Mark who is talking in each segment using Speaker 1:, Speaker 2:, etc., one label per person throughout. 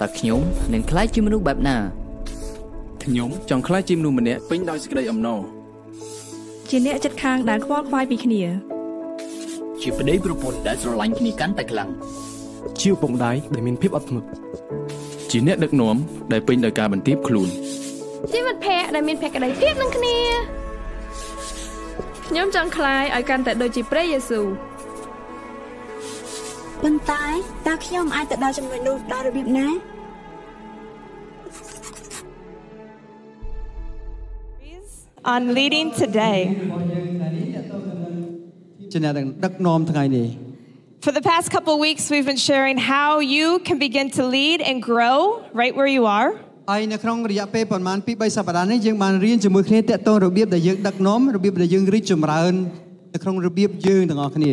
Speaker 1: តើខ្ញុំនឹងក្លាយជាមនុស្សបែបណា
Speaker 2: ខ្ញុំចង់ខ្លាចជាមនុស្សម្នាក់ពេញដោយសេចក្តីអំណរ
Speaker 3: ជាអ្នកចិត្តខាងដែលខ្វល់ខ្វាយពីគ្នា
Speaker 4: ជាប្តីប្រពន្ធដែលស្រឡាញ់គ្នាកាន់តែខ្លាំង
Speaker 5: ជាឪពុកម្ដាយដែលមានភាពអត់ធ្មត់
Speaker 2: ជាអ្នកដឹកនាំដែលពេញដោយការបន្ទាបខ្លួន
Speaker 6: ជីវិតភ័ក្រដែលមានភក្តីភាពនឹងគ្នា
Speaker 3: ខ្ញុំចង់คลายឲ្យកាន់តែដូចជាព្រះយេស៊ូវ
Speaker 7: ប៉ុន្តែតើខ្ញុំអាចទៅដល់ចំណុចនោះដោយរបៀបណា
Speaker 8: on leading today.
Speaker 9: ជាអ្នកដឹកនាំថ្ងៃនេះ
Speaker 8: For the past couple weeks, we've been sharing how you can begin to lead and grow right where you are.
Speaker 9: ហើយនៅក្នុងរយៈពេលប្រហែល2 3សប្តាហ៍នេះយើងបានរៀនជាមួយគ្នាតាក់ទងរបៀបដែលយើងដឹកនាំរបៀបដែលយើងរីកចម្រើននៅក្នុងរបៀបយើងទាំងអស់គ្នា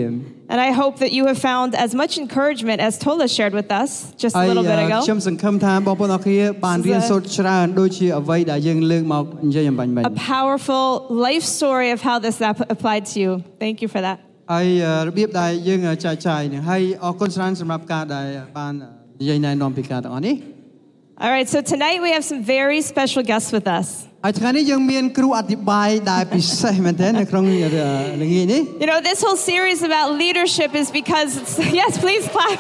Speaker 8: And I hope that you have found as much encouragement as Tola shared with us just a
Speaker 9: ហើយ
Speaker 8: little bit
Speaker 9: អឺ
Speaker 8: ago.
Speaker 9: ខ្ញុំសង្ឃឹមថាបងប្អូនអរគ្នាបានរៀនសូត្រច្រើនដូចជាអ្វីដែលយើងលើកមកនិយាយអំបញ្ញមិញ
Speaker 8: A powerful life story of how this app applied to you. Thank you for that.
Speaker 9: ហើយអឺរបៀបដែលយើងចែកចាយនឹងហើយអរគុណច្រើនសម្រាប់ការដែលបាននិយាយណែនាំពីការទាំងអស់នេះ
Speaker 8: All right, so tonight we have some very special guests with us.
Speaker 9: ហើយថ្ងៃនេះយើងមានគ្រូអធិប្បាយដែលពិសេសមែនទែននៅក្នុងអឺល្ងាចនេះ
Speaker 8: You know, this whole series about leadership is because, it's, yes, please clap.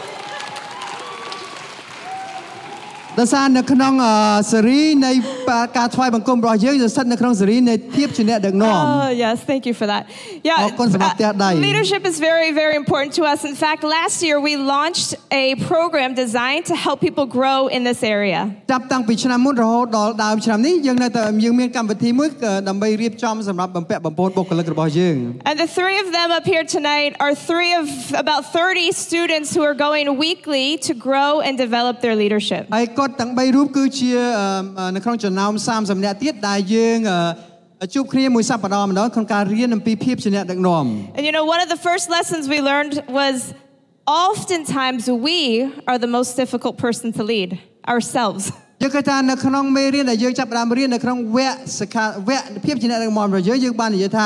Speaker 9: ដោយសារនៅក្នុងអឺស៊េរីនៃបាការថ្វាយបង្គំរបស់យើងយើងស្ថិតនៅក្នុងស៊េរីនៃធៀបជាអ្នកដឹកនាំ
Speaker 8: Oh, yes, thank you for that. Yeah, uh,
Speaker 9: Ako sa mga tiyaday.
Speaker 8: leadership is very, very important to us. In fact, last year we launched a program designed to help people grow in this area.
Speaker 9: ចាប់តាំងពីឆ្នាំមុនរហូតដល់ដើមឆ្នាំនេះយើងនៅតែយើងមានកម្មវិធីមួយអឺដើម្បីរៀបចំសម្រាប់បំពាក់បំពោនបុគ្គលិករបស់យើង
Speaker 8: And the three of them up here tonight are three of about 30 students who are going weekly to grow and develop their leadership.
Speaker 9: ហើយគាត់ទាំង3រូបគឺជាអឺនៅក្នុងចំណោម30នាក់ទៀតដែលយើងអឺជួបគ្នាមួយសប្តាហ៍ម្ដងក្នុងការរៀនអំពីភាពជាអ្នកដឹកនាំ
Speaker 8: And you know, one of the first lessons we learned was oftentimes we are the most difficult person to lead ourselves.
Speaker 9: យើងគិតថានៅក្នុងមេរៀនដែលយើងចាប់ផ្ដើមរៀននៅក្នុងវគ្គសិក្ខាវគ្គភាពជាអ្នកដឹកនាំរបស់យើងយើងបាននិយាយថា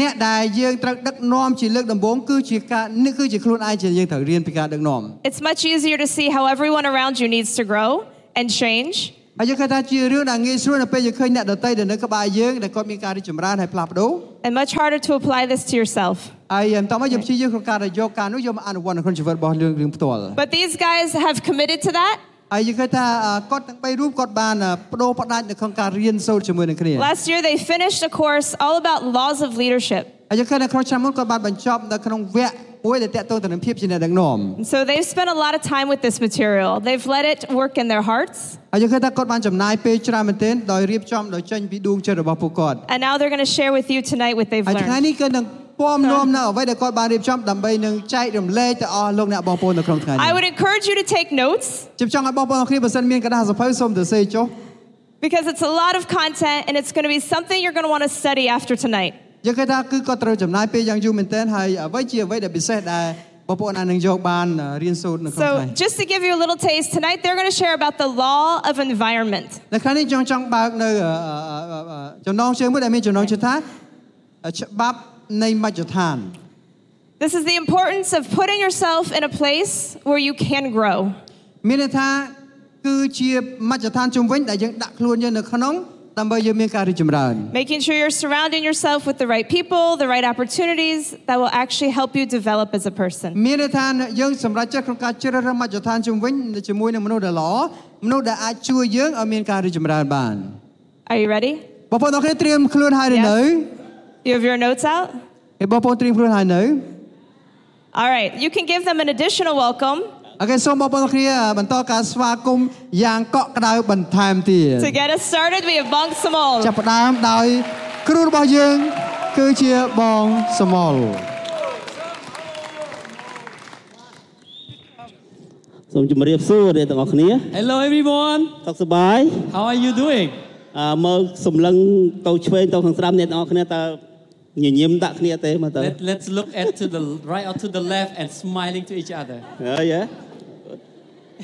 Speaker 9: អ្នកដែលយើងត្រូវដឹកនាំជាលើកដំបូងគឺជាការនេះគឺជាខ្លួនឯងជាយើងត្រូវរៀនពីការដឹកនាំ
Speaker 8: It's much easier to see how everyone around you needs to grow and change.
Speaker 9: ហើយយើងគិតថាជារឿងដែលងាយស្រួលនៅពេលយើងឃើញអ្នកដទៃដែលនៅក្បែរយើងដែលគាត់មានការរីកចម្រើនហើយផ្លាស់ប្ដូរ
Speaker 8: and much harder to apply this to yourself.
Speaker 9: ហើយអឺតោះមកយើងព្យាយាមក្នុងការដែលយកការនោះយកមកអនុវត្តនៅក្នុងជីវិតរបស់យើងរឿងផ្ទាល់
Speaker 8: But these guys have committed to that.
Speaker 9: ហើយយើងឃើញថាអឺគាត់ទាំង3រូបគាត់បានអឺបដូរផ្ដាច់នៅក្នុងការរៀនសូត្រជាមួយនឹងគ្នា
Speaker 8: Last year, they finished a course all about laws of leadership.
Speaker 9: ហើយយើងឃើញនៅក្នុងឆ្នាំមុនគាត់បានបញ្ចប់នៅក្នុងវគ្គមួយដែលតាក់ទងទៅនឹងភាពជាអ្នកដឹកនាំ
Speaker 8: And so they've spent a lot of time with this material. They've let it work in their hearts,
Speaker 9: ហើយយើងឃើញថាគាត់បានចំណាយពេលច្រើនមែនទែនដោយរៀបចំដោយចេញពីដួងចិត្តរបស់ពួកគាត់
Speaker 8: and now they're going to share with you tonight what they've
Speaker 9: ហើយថ្ងៃ
Speaker 8: learned.
Speaker 9: នេះគឺនឹងពំនាំនៅអ្វីដែលគាត់បានរៀបចំដើម្បីនឹងចែករំលែកទៅអស់លោកអ្នកបងប្អូននៅក្នុងថ្ងៃ
Speaker 8: I
Speaker 9: នេះ
Speaker 8: would encourage you to take notes
Speaker 9: ខ្ញុំចង់ឲ្យបងប្អូនអរគ្នាបើសិនមានกระดาษសៀវភៅសូមទៅសេចុះ
Speaker 8: because it's a lot of content and it's going to be something you're going to want to study after tonight.
Speaker 9: យើងឃើញថាគឺគាត់ត្រូវចំណាយពេលយ៉ាងយូរមែនទែនហើយអ្វីជាអ្វីដែលពិសេសដែលបងប្អូនអាចនឹងយកបានអឺរៀនសូត្រនៅក្នុង
Speaker 8: So,
Speaker 9: ថ្ងៃ
Speaker 8: just to give you a little taste, tonight they're going to share about the law of environment.
Speaker 9: នៅខាងនេះចង់ចង់បើកនៅអឺអឺអឺចំណងជើងមួយដែលមានចំណងជើងថាច្បាប់នៃមជ្ឈដ្ឋាន
Speaker 8: This is the importance of putting yourself in a place where you can grow.
Speaker 9: មានន័យថាគឺជាមជ្ឈដ្ឋានជំវិញដែលយើងដាក់ខ្លួនយើងនៅក្នុងដើម្បីយើងមានការរីកចម្រើន
Speaker 8: Making sure you're surrounding yourself with the right people, the right opportunities that will actually help you develop as a person.
Speaker 9: មានន័យថាយើងសម្រេចចិត្តក្នុងការជ្រើសរើសមជ្ឈដ្ឋានជំវិញជាមួយនឹងមនុស្សដែលល្អមនុស្សដែលអាចជួយយើងឲ្យមានការរីកចម្រើនបាន
Speaker 8: Are you ready?
Speaker 9: បងប្អូនអរគ្នាត្រៀមខ្លួនហើយឬ
Speaker 8: Yes.
Speaker 9: នៅ
Speaker 8: You have your notes out?
Speaker 9: ឯបងប្អូនត្រៀមខ្លួនហើយនៅ
Speaker 8: All right, you can give them an additional welcome
Speaker 9: អូខេសូមបងប្អូនអរគ្នាបន្តការស្វាគមន៍យ៉ាងកក់ក្ដៅបន្ថែមទៀត
Speaker 8: to get us started. We have Bong Samol.
Speaker 9: ចាប់ផ្ដើមដោយគ្រូរបស់យើង គឺជាបងសមល
Speaker 10: សូមជម្រាបសួរអ្នកទាំងអស់គ្នា
Speaker 5: Hello everyone
Speaker 10: សុខសប្បាយ
Speaker 5: how are you doing
Speaker 10: អឺមើលសម្លឹងទៅឆ្វេងទៅខាងស្ដាំអ្នកទាំងអស់គ្នាតើញញឹមដាក់គ្នាទេមើលទៅ
Speaker 5: Let, let's look at to the right or to the left and smiling to each other
Speaker 10: ហើយហ៎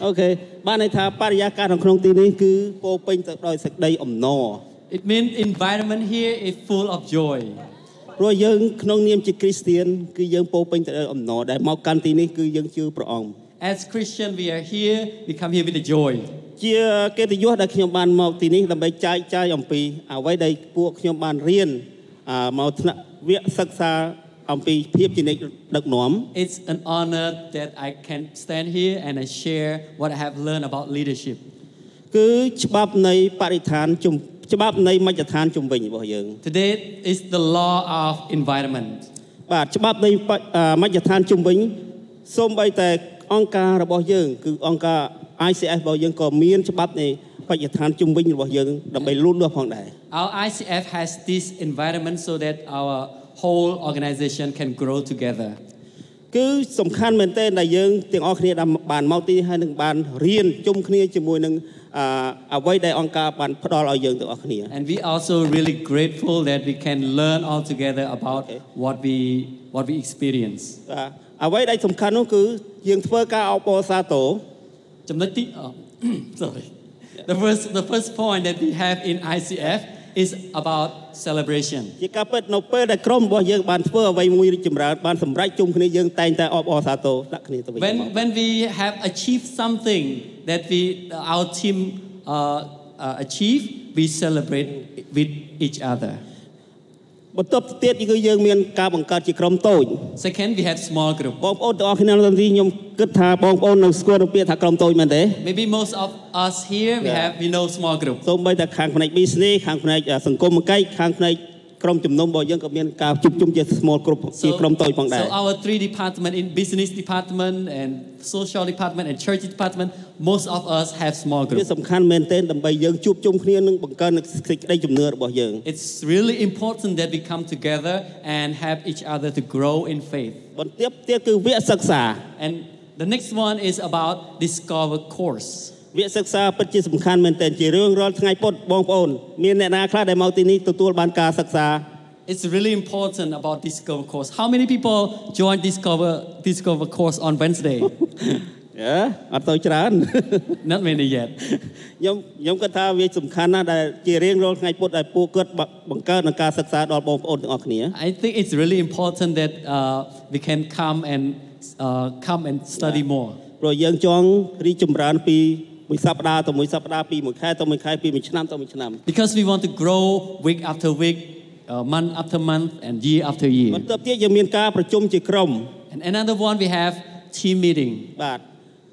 Speaker 10: អូខេបានន័យថាបរិយាកាសនៅក្នុងទីនេះគឺពោរពេញទៅដោយសេចក្តីអំណរ
Speaker 5: it means environment here is full of joy
Speaker 10: ព្រោះយើងក្នុងនាមជាគ្រីស្ទៀនគឺយើងពោរពេញទៅដោយអំណរដែលមកកាន់ទីនេះគឺយើងជឿព្រះអង្គ
Speaker 5: as Christian we are here we come here with a joy
Speaker 11: ជាកិត្តិយសដែលខ្ញុំបានមកទីនេះដើម្បីចែកចាយអំពីអ្វីដែលពួកខ្ញុំបានរៀនអាមកថ្នាក់វគ្គសិក្សាអំពីភាពជាអ្នកដឹកនាំ
Speaker 5: It's an honor that I can stand here and I share what I have learned about leadership.
Speaker 11: គឺច្បាប់នៃបរិស្ថានជំច្បាប់នៃមជ្ឈដ្ឋានជំវិញរបស់យើង
Speaker 5: Today is the law of environment.
Speaker 11: បាទច្បាប់នៃបច្អាមជ្ឈដ្ឋានជំវិញសូម្បីតែអង្គការរបស់យើង គឺអង្គការ ICS របស់យើងក៏មានច្បាប់នៃបច្ចដ្ឋានជំវិញរបស់យើងដើម្បីលូតលាស់ផងដែរ
Speaker 5: Our ICF has this environment so that our whole organization can grow together.
Speaker 11: គឺសំខាន់មែនទែនដែលយើងទាំងអស់គ្នាដែលបានមកទីហើយនឹងបានរៀនជុំគ្នាជាមួយនឹងអអ្វីដែលអង្គការបានផ្ដល់ឲ្យយើងទាំងអស់គ្នា
Speaker 5: And we also really grateful that we can learn all together about
Speaker 11: Okay.
Speaker 5: what we what we experience.
Speaker 11: បាទអ្វីដែលសំខាន់នោះគឺយើងធ្វើការអបអរសាទរ
Speaker 5: ចំណុចទី- oh, sorry. The first the first point that we have in ICF is about celebration.
Speaker 11: ជាការពិតនៅពេលដែលក្រុមរបស់យើងបានធ្វើអ្វីមួយរីកចម្រើនបានសម្រេចជុំគ្នាយើងតែងតែអបអរសាទរដាក់គ្នាទៅវិញទៅមក
Speaker 5: When, when we have achieved something that we, our team uh, uh, achieved, we celebrate with each other.
Speaker 11: បន្ទាប់ទៅទៀតគឺយើងមានការបង្កើតជាក្រុមតូច
Speaker 5: Second, we have small group.
Speaker 11: បងប្អូនទាំងអស់គ្នានៅទីខ្ញុំគិតថាបងប្អូននៅស្គាល់នៅពាក្យថាក្រុមតូចមែនទេ
Speaker 5: Maybe most of us here, we
Speaker 11: Yeah.
Speaker 5: have we know small group.
Speaker 11: សូម្បីតែខាងផ្នែក business ខាងផ្នែកអ่าសង្គមកកិច្ចខាងផ្នែកក្រុមជំនុំរបស់យើងក៏មានការជួបជុំជា small group ជាក្រុមតូចផងដែរ
Speaker 5: so our three department in business department and social department and church department, most of us have small
Speaker 11: វា
Speaker 5: group.
Speaker 11: សំខាន់មែនទែនដើម្បីយើងជួបជុំគ្នានិងបង្កើននូវសេចក្តីជំនឿរបស់យើង
Speaker 5: It's really important that we come together and help each other to grow in faith.
Speaker 11: បន្ទាប់ទៀតគឺវគ្គសិក្សា
Speaker 5: And the next one is about discover course.
Speaker 11: វគ្គសិក្សាពិតជាសំខាន់មែនទែនជារឿងរាល់ថ្ងៃពុតបងប្អូនមានអ្នកណាខ្លះដែលមកទីនេះទទួលបានការសិក្សា
Speaker 5: It's really important about Discover course. How many people joined Discover Discover course on Wednesday?
Speaker 11: អឺអត់ទៅច្រើន
Speaker 5: Not many yet.
Speaker 11: ខ្ញុំខ្ញុំគាត់ថាវាសំខាន់ណាស់ដែលជារៀងរាល់ថ្ងៃពុទ្ធដែលពួកគាត់បបង្កើតនឹងការសិក្សាដល់បងប្អូនទាំងអស់គ្នា
Speaker 5: I think it's really important that uh, we can come and uh, come and study more
Speaker 11: ព្រោះយើងចង់រីកចម្រើនពីមួយសប្តាហ៍ទៅមួយសប្តាហ៍ពីមួយខែទៅមួយខែពីមួយឆ្នាំទៅមួយឆ្នាំ
Speaker 5: because we want to grow week after week, uh, month after month, and year after year.
Speaker 11: បន្ទាប់ទៀតយើងមានការប្រជុំជាក្រុម
Speaker 5: And another one we have team meeting.
Speaker 11: បាទ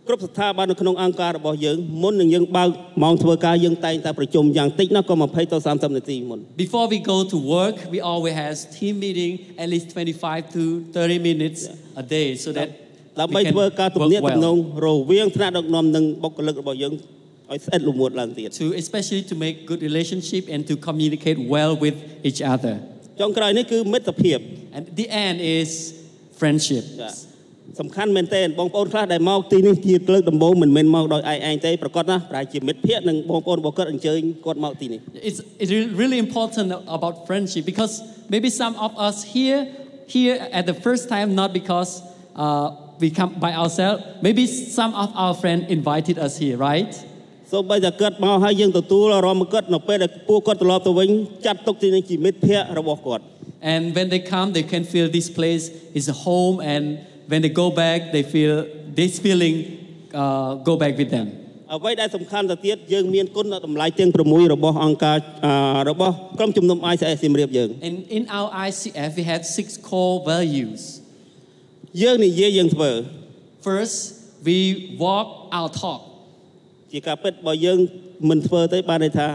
Speaker 11: គ្រប់ស្ថាប័ននៅក្នុងអង្គការរបស់យើងមុននឹងយើងបើកម៉ោងធ្វើការយើងតែងតែប្រជុំយ៉ាងតិចណាស់ក៏20ទៅ30នាទីមុន
Speaker 5: Before we go to work, we always have team meeting at least 25 to 30 minutes a day so that
Speaker 11: ដើម្បី
Speaker 5: we can
Speaker 11: ធ្វើការទំ
Speaker 5: work
Speaker 11: នាក់ទំ
Speaker 5: well.
Speaker 11: នងរវាងថ្នាក់ដឹកនាំនិងបុគ្គលិករបស់យើងឲ្យស្អិតល្មួតឡើងទៀត
Speaker 5: to especially to make good relationship and to communicate well with each other.
Speaker 11: ចុងក្រោយនេះគឺមិត្តភាព
Speaker 5: And the end is friendship.
Speaker 11: បាទសំខាន់មែនទែនបងប្អូនខ្លះដែលមកទីនេះជាលើកដំបូងមិនមែនមកដោយឯងឯងទេប្រកាសណាស់ប្រហែលជាមិត្តភក្តិនិងបងប្អូនរបស់គាត់អញ្ជើញគាត់មកទីនេះ
Speaker 5: It's, it's re- really important about friendship because maybe some of us here here at the first time not because uh, we come by ourselves. Maybe some of our friends invited us here, right?
Speaker 11: សូម្បីតែគាត់មកហើយយើងទទួលអារម្មណ៍គាត់នៅពេលដែលពួកគាត់ត្រឡប់ទៅវិញចាត់ទុកទីនេះជាមិត្តភក្តិរបស់គាត់
Speaker 5: And when they come, they can feel this place is a home. And when they go back, they feel this feeling uh, go back with them.
Speaker 11: អ្វីដែលសំខាន់ទៅទៀតយើងមានគុណតម្លៃទាំង6របស់អង្គការអឺរបស់ក្រុមជំនុំ ICS សៀមរាបយើង
Speaker 5: And in our ICF, we have six core values.
Speaker 11: យើងនិយាយយើងធ្វើ
Speaker 5: First, we walk our talk.
Speaker 11: ជាការពិតបើយើងមិនធ្វើទេបានន័យថា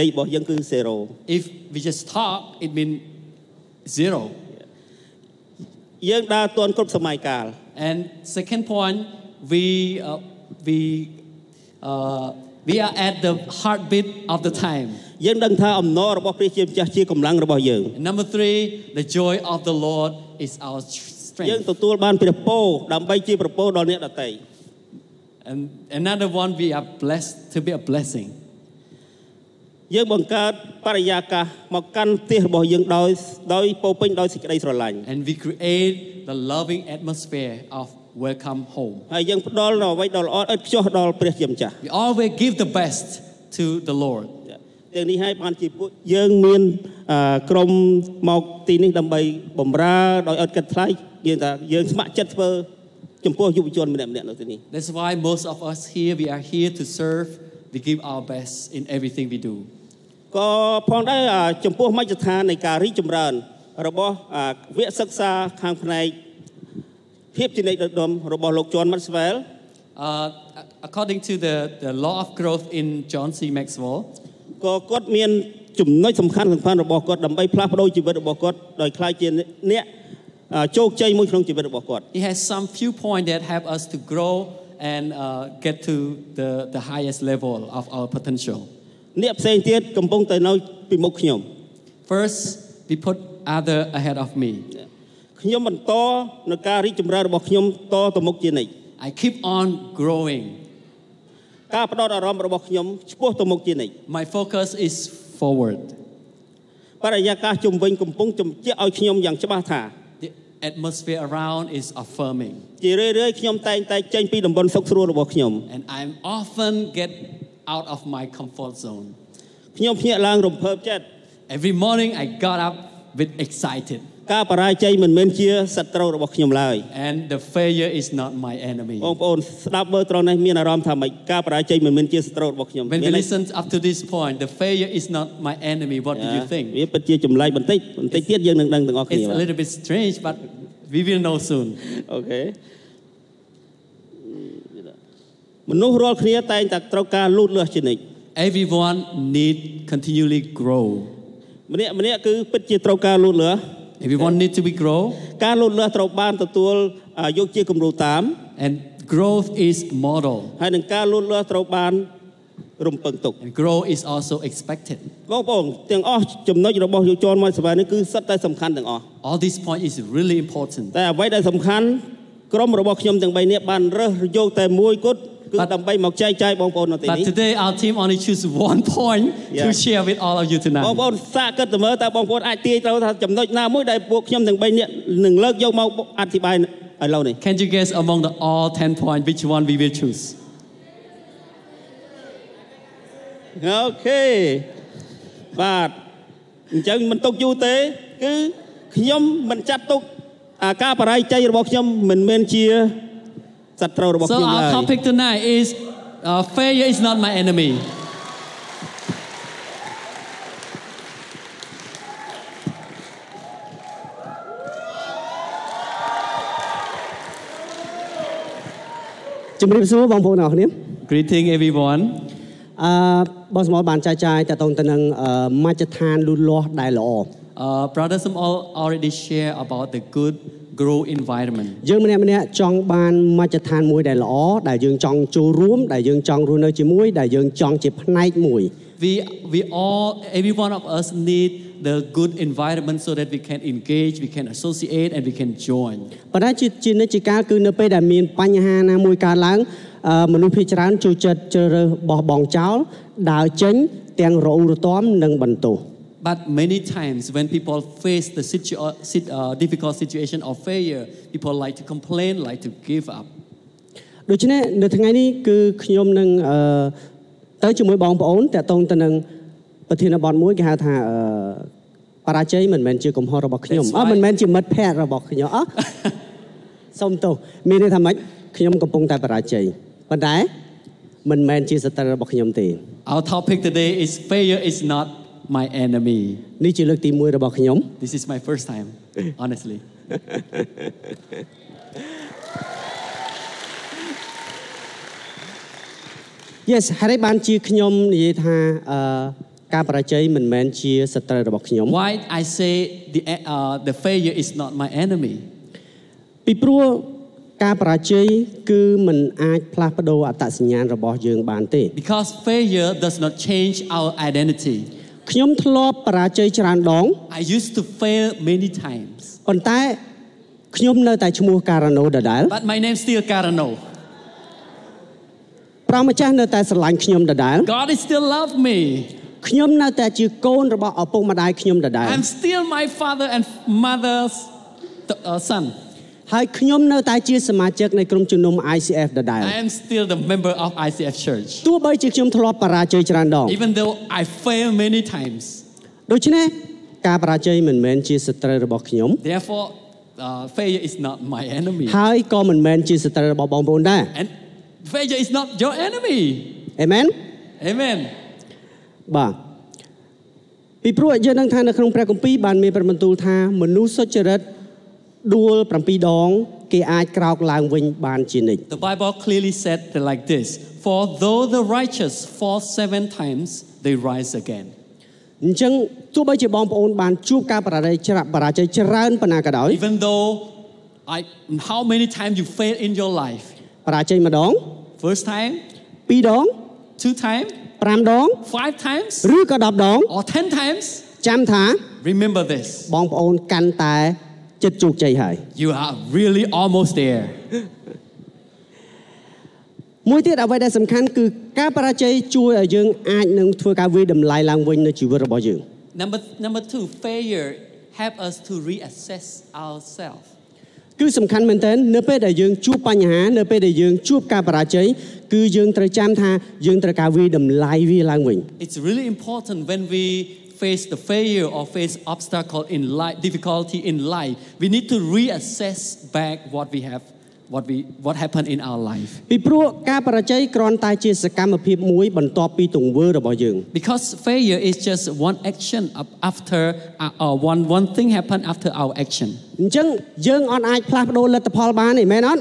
Speaker 11: លេខរបស់យើងគឺ 0
Speaker 5: If we just talk, it means zero.
Speaker 11: យើងដើរទាន់គ្រប់សម័យកាល
Speaker 5: And second point, we, uh, we, uh, we are at the heartbeat of the time.
Speaker 11: យើងដឹងថាអំណររបស់ព្រះជាម្ចាស់ជាកម្លាំងរបស់យើង
Speaker 5: And number three, the joy of the Lord is our tr-
Speaker 11: យើង
Speaker 5: strength.
Speaker 11: ទទួលបានព្រះពរដើម្បីជាប្រពោដល់អ្នកដតី
Speaker 5: And another one, we are blessed to be a blessing.
Speaker 11: យើងបង្កើតបរិយាកាសមកកាន់ផ្ទះរបស់យើងដោយដោយពោរពេញដោយសេចក្តីស្រឡាញ់
Speaker 5: And we create the loving atmosphere of welcome home.
Speaker 11: ហើយយើងផ្ដល់នូវអ្វីដ៏ល្អឥតខ្ចោះដល់ព្រះជាម្ចាស់
Speaker 5: We always give the best to the Lord.
Speaker 11: ទាំងនេះហើយបានជាពួកយើងមានអឺក្រុមមកទីនេះដើម្បីបំរើដោយអត់គិតថ្លៃយើងថាយើងស្ម័គ្រចិត្តធ្វើ ចំពោះយុវជនម្នាក់ៗនៅទីនេះ
Speaker 5: That's why most of us here, we are here to serve, to give our best in everything we do.
Speaker 11: ក៏ផងដែរអាចំពោះមជ្ឈដ្ឋាននៃការរីកចម្រើន របស់អាវគ្គសិក្សាខាងផ្នែកភាពជានិច្ចដណ្ដុំរបស់លោកជាន់ម៉ាក់ស្វែល
Speaker 5: Uh, a- according to the, the law of growth in John C. Maxwell,
Speaker 11: ក៏គាត់មានចំណុចសំខាន់សំខាន់របស់គាត់ដើម្បីផ្លាស់ប្ដូរជីវិតរបស់គាត់ដោយខ្លាចជាអ្នកអាជោគជ័យមួយក្នុងជីវិតរបស់គាត់
Speaker 5: he has some few points that help us to grow and uh, get to the, the highest level of our potential.
Speaker 11: អ្នកផ្សេងទៀតកំពុងតែនៅពីមុខខ្ញុំ
Speaker 5: First, we put other ahead of me.
Speaker 11: ខ្ញុំបន្តនៅការរីកចម្រើនរបស់ខ្ញុំតទៅមុខជានិច្ច
Speaker 5: I keep on growing.
Speaker 11: ការផ្ដោតអារម្មណ៍របស់ខ្ញុំឆ្ពោះទៅមុខជានិច្ច
Speaker 5: My focus is forward.
Speaker 11: បរិយាកាសជំវិញកំពុងជំជាក់ឲ្យខ្ញុំយ៉ាងច្បាស់ថា
Speaker 5: The atmosphere around is affirming.
Speaker 11: ជារឿយៗខ្ញុំតែងតែចេញពីតំបន់សុខស្រួលរបស់ខ្ញុំ
Speaker 5: And I'm often get out of my comfort zone.
Speaker 11: ខ្ញុំភ្ញាក់ឡើងរំភើបចិត្ត
Speaker 5: Every morning I got up with excited.
Speaker 11: ការបរាជ័យមិនមែនជាសត្រូវរបស់ខ្ញុំឡើយ
Speaker 5: And the failure is not my enemy.
Speaker 11: បងប្អូនស្ដាប់មើលត្រង់នេះមានអារម្មណ៍ថាម៉េចការបរាជ័យមិនមែនជាសត្រូវរបស់ខ្ញុំ
Speaker 5: When we
Speaker 11: ន័យ
Speaker 5: listen up to this point, the failure is not my enemy. What do you
Speaker 11: ចា
Speaker 5: think?
Speaker 11: វាពិតជាចម្លែកបន្តិចបន្តិចទៀតយើងនឹងដឹងទាំងអស់គ្នា
Speaker 5: It's a
Speaker 11: បាទ
Speaker 5: little bit strange, but we will know soon.
Speaker 11: អូខេមនុស្សរាល់គ្នាតែងតែត្រូវការលូតលាស់ជានិច្ច
Speaker 5: Everyone need continually grow.
Speaker 11: ម្នាក់ម្នាក់គឺពិតជាត្រូវការលូតលាស់
Speaker 5: Everyone need to be grow,
Speaker 11: ការលូតលាស់ត្រូវបានទទួលអាយកជាគំរូតាម
Speaker 5: and growth is model,
Speaker 11: ហើយនឹងការលូតលាស់ត្រូវបានរំពឹងទុក
Speaker 5: and grow is also expected.
Speaker 11: បងប្អូនទាំងអស់ចំណុចរបស់យុវជនមួយសភានេះគឺសិតតែសំខាន់ទាំងអស់
Speaker 5: All these point is really important.
Speaker 11: តែអ្វីដែលសំខាន់ក្រុមរបស់ខ្ញុំទាំង3នាក់បានរើសយកតែមួយគត់គឺ
Speaker 5: But-
Speaker 11: ដើម្បីមកចែកចាយបងប្អូននៅទី
Speaker 5: But
Speaker 11: នេះ
Speaker 5: today our team only choose one point
Speaker 11: Yeah.
Speaker 5: to share with all of you
Speaker 11: បង
Speaker 5: tonight.
Speaker 11: ប្អូនសាកគិតទៅមើលតើបងប្អូនអាចទាយត្រូវថាចំណុចណាមួយដែលពួកខ្ញុំទាំង3នាក់នឹងលើកយកមកអធិប្បាយឥឡូវនេះ
Speaker 5: Can you guess among the all 10 point which one we will choose?
Speaker 11: អូខេបាទអញ្ចឹងមិនទុកយូរទេ គឺខ្ញុំមិនចាត់ទុកអាការបរាជ័យរបស់ខ្ញុំមិនមែនជាសត្រូវរបស់
Speaker 5: So
Speaker 11: ខ្ញុំឡើ
Speaker 5: our
Speaker 11: យ
Speaker 5: topic tonight is uh, failure is not my enemy.
Speaker 12: ជំរាបសួរបងប្អូនអរគ្នា
Speaker 5: Greeting everyone.
Speaker 12: អឺបងស្មលបានចែកចាយតទៅទៅនឹងអឺមជ្ឈដ្ឋានលូតលាស់ដែលល្អ
Speaker 5: Uh, Brother Samuel already shared about the good grow environment.
Speaker 12: យើងម្នាក់ម្នាក់ចង់បានមជ្ឈដ្ឋានមួយដែលល្អដែលយើងចង់ចូលរួមដែលយើងចង់រស់នៅជាមួយដែលយើងចង់ជាផ្នែកមួយ
Speaker 5: We, we all, every one of us need the good environment so that we can engage, we can associate, and we can join.
Speaker 12: ប៉ុន្តែជាជានិច្ចជាកាលគឺនៅពេលដែលមានបញ្ហាណាមួយកើតឡើងអឺមនុស្សភាគច្រើនចូលចិត្តជ្រើសរើសបោះបង់ចោលដើរចេញទាំងរអ៊ូរទាំនិងបន្ទោស
Speaker 5: But many times when people face the situa- sit, uh, difficult situation or failure, people like to complain, like to give up.
Speaker 12: ដូច្នេះនៅថ្ងៃនេះគឺខ្ញុំនឹងអឺទៅជាមួយបងប្អូនតកតងទៅនឹងប្រធានបទមួយគេហៅថាអឺបរាជ័យមិនមែនជាកំហុសរបស់ខ្ញុំ
Speaker 5: That's
Speaker 12: អ
Speaker 5: why-
Speaker 12: មិនមែនជាមិត្តភ័ក្តិរបស់ខ្ញុំអ សុំទោសមានន័យថាម៉េចខ្ញុំកំពុងតែបរាជ័យប៉ុន្តែមិនមែនជាសត្រូវរបស់ខ្ញុំទេ
Speaker 5: Our topic today is failure is not my enemy.
Speaker 12: នេះជាលើកទី1របស់ខ្ញុំ
Speaker 5: This is my first time, honestly.
Speaker 12: យេសហើយបានជាខ្ញុំនិយាយថាអឺការបរាជ័យមិនមែនជាសត្រូវរបស់ខ្ញុំ
Speaker 5: Why I say the, e- uh, the failure is not my enemy?
Speaker 12: ពីព្រោះការបរាជ័យគឺมันអាចផ្លាស់ប្ដូរអត្តសញ្ញាណរបស់យើងបានទេ
Speaker 5: Because failure does not change our identity.
Speaker 12: ខ្ញុំធ្លាប់បរាជ័យច្រើនដង
Speaker 5: I used to fail many times,
Speaker 12: ប៉ុន្តែខ្ញុំនៅតែឈ្មោះការ៉ាណូដដែល
Speaker 5: but my name's still Carano.
Speaker 12: ព្រះម្ចាស់នៅតែស្រឡាញ់ខ្ញុំដដែល
Speaker 5: God is still love me.
Speaker 12: ខ្ញុំនៅតែជាកូនរបស់ឪពុកម្ដាយខ្ញុំដដែល
Speaker 5: I'm still my father and mother's t- uh, son.
Speaker 12: ហើយខ្ញុំនៅតែជាសមាជិកនៃក្រុមជំនុំ ICF ដដែល
Speaker 5: I am still the member of ICF Church.
Speaker 12: ទោះបីជាខ្ញុំធ្លាប់បរាជ័យច្រើនដង
Speaker 5: Even though I fail many times.
Speaker 12: ដូច្នេះការបរាជ័យមិនមែនជាសត្រូវរបស់ខ្ញុំ
Speaker 5: Therefore, uh, failure is not my enemy.
Speaker 11: ហើយក៏មិនមែនជាសត្រូវរបស់បងប្អូនដែរ
Speaker 5: Failure is not your enemy.
Speaker 11: អេមែន
Speaker 5: Amen.
Speaker 11: បាទពីព្រោះយើងនឹងថានៅក្នុងព្រះគម្ពីរបានមានព្រះបន្ទូលថាមនុស្សសុចរិតដួល7ដង គេអាចក្រោកឡើងវិញបានជានិច្ច
Speaker 5: The Bible clearly said that like this For though the righteous fall seven times, they rise again.
Speaker 11: អញ្ចឹងទោះបីជាបងប្អូនបានជួបការបរាជ័យច្រើនបរាជ័យច្រើនប៉ុណ្ណាក៏ដោយ
Speaker 5: Even though I, how many times you fail in your life?
Speaker 11: បរាជ័យម្ដង
Speaker 5: First time,
Speaker 11: 2ដង
Speaker 5: two time,
Speaker 11: 5ដង
Speaker 5: five times,
Speaker 11: ឬក៏10ដង
Speaker 5: or ten times.
Speaker 11: ចាំថា
Speaker 5: Remember this
Speaker 11: បងប្អូនកាន់តែចិត្តជោគជ័យហើយ
Speaker 5: you are really almost there.
Speaker 11: មួយទៀតអ្វីដែលសំខាន់គឺការបរាជ័យជួយឲ្យយើងអាចនឹងធ្វើការវិយតម្លៃឡើងវិញនៅជីវិតរបស់យើង
Speaker 5: Number, number two, failure help us to reassess ourselves.
Speaker 11: គឺសំខាន់មែនទែននៅពេលដែលយើងជួបបញ្ហានៅពេលដែលយើងជួបការបរាជ័យគឺយើងត្រូវចាំថាយើងត្រូវការវិយតម្លៃវាឡើងវិញ
Speaker 5: It's really important when we face the failure or face obstacle in life, difficulty in life. We need to reassess back what we have, what we what happened in our life.
Speaker 11: ពីព្រោះការបរាជ័យគ្រាន់តែជាសកម្មភាពមួយបន្ទាប់ពីទង្វើរបស់យើង
Speaker 5: Because failure is just one action up after uh, uh, one one thing happened after our action.
Speaker 11: អញ្ចឹងយើងអត់អាចផ្លាស់ប្ដូរលទ្ធផលបានទេមែនអត់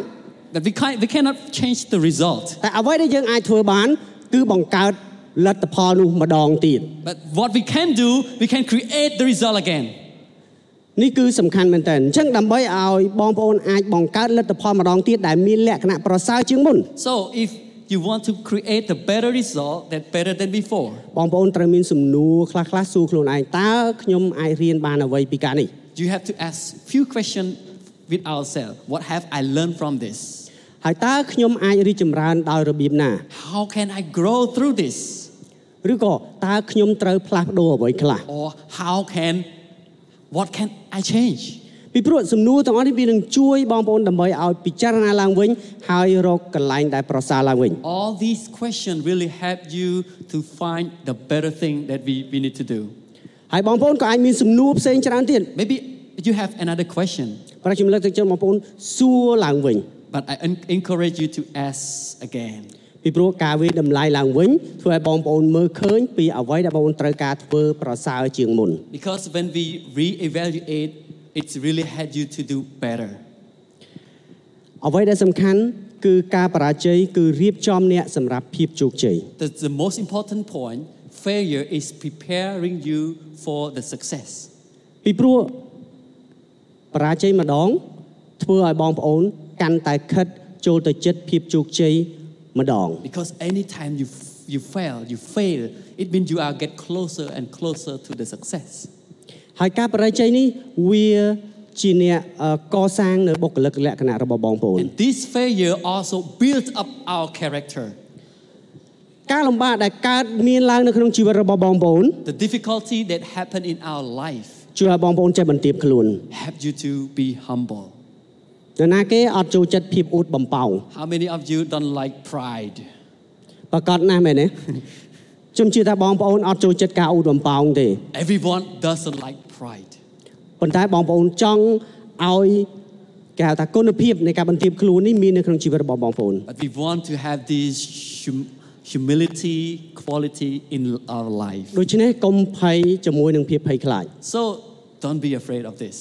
Speaker 5: That we can't, we cannot change the result.
Speaker 11: តែអ្វីដែលយើងអាចធ្វើបាន គឺបង្កើតលទ្ធផលនោះម្ដងទៀត
Speaker 5: But what we can do, we can create the result again.
Speaker 11: នេះគឺសំខាន់មែនតើអញ្ចឹងដើម្បីឲ្យបងប្អូនអាចបង្កើតលទ្ធផលម្ដងទៀតដែលមានលក្ខណៈប្រសើរជាងមុន
Speaker 5: So if you want to create a better result that better than before,
Speaker 11: បងប្អូនត្រូវមានសំណួរខ្លះៗសួរខ្លួនឯងតើខ្ញុំអាចរៀនបានអ្វីពីការនេះ
Speaker 5: you have to ask few questions with ourselves. What have I learned from this?
Speaker 11: ហើយតើខ្ញុំអាចរីកចម្រើនដោយរបៀបណា
Speaker 5: How can I grow through this?
Speaker 11: ឬក៏តើខ្ញុំត្រូវផ្លាស់ប្ដូរអ្វីខ្លះ
Speaker 5: Or how can what can I change?
Speaker 11: ពីព្រោះសំណួរទាំងអស់នេះវានឹងជួយបងប្អូនដើម្បីឲ្យពិចារណាឡើងវិញហើយរកកន្លែងដែលប្រសើរឡើងវិញ
Speaker 5: All these questions really help you to find the better thing that we, we need to do.
Speaker 11: ហើយបងប្អូនក៏អាចមានសំណួរផ្សេងច្រើនទៀត
Speaker 5: Maybe you have another question,
Speaker 11: ប្រចាំលើកទឹកចិត្តបងប្អូនសួរឡើងវិញ
Speaker 5: but I en- encourage you to ask again.
Speaker 11: ពីព្រោះការវិយតម្លៃឡើងវិញធ្វើឲ្យបងប្អូនមើលឃើញពីអ្វីដែលបងប្អូនត្រូវការធ្វើប្រសើរជាងមុន
Speaker 5: Because when we re-evaluate, it's really help you to do better.
Speaker 11: អ្វីដែលសំខាន់គឺការបរាជ័យគឺរៀបចំអ្នកសម្រាប់ភាពជោគជ័យ
Speaker 5: The, the most important point, failure is preparing you for the success.
Speaker 11: ពីព្រោះបរាជ័យម្ដង ធ្វើឲ្យបងប្អូនកាន់តែខិតចូលទៅចិត្តភាពជោគជ័យម្ដង
Speaker 5: Because anytime you, f- you fail, you fail, it means you are get closer and closer to the success.
Speaker 11: ហើយការបរាជ័យនេះវាជាអ្នកអឺកសាងនៅបុគ្គលិកលក្ខណៈរបស់បងប្អូន
Speaker 5: And this failure also builds up our character.
Speaker 11: ការលំបាកដែលកើតមានឡើងនៅក្នុងជីវិតរបស់បងប្អូន
Speaker 5: The difficulty that happened in our life
Speaker 11: ជួយឲ្យបងប្អូនចេះបន្ទាបខ្លួន
Speaker 5: help you to be humble.
Speaker 11: នរណាគេអត់ចូលចិត្តភាពអួតបំប៉ោង
Speaker 5: How many of you don't like pride?
Speaker 11: ប្រកាសណាស់មែនទេ ខ្ញុំជឿថាបងប្អូនអត់ចូលចិត្តការអួតបំប៉ោងទេ
Speaker 5: Everyone doesn't like pride.
Speaker 11: ប៉ុន្តែបងប្អូនចង់ឲ្យគេហៅថាគុណភាពនៃការបន្ទាបខ្លួននេះមាននៅក្នុងជីវិតរបស់បងប្អូន
Speaker 5: But we want to have this hum- humility quality in our life.
Speaker 11: ដូច្នេះកុំភ័យជាមួយនឹងភាពភ័យខ្លាច
Speaker 5: So don't be afraid of this.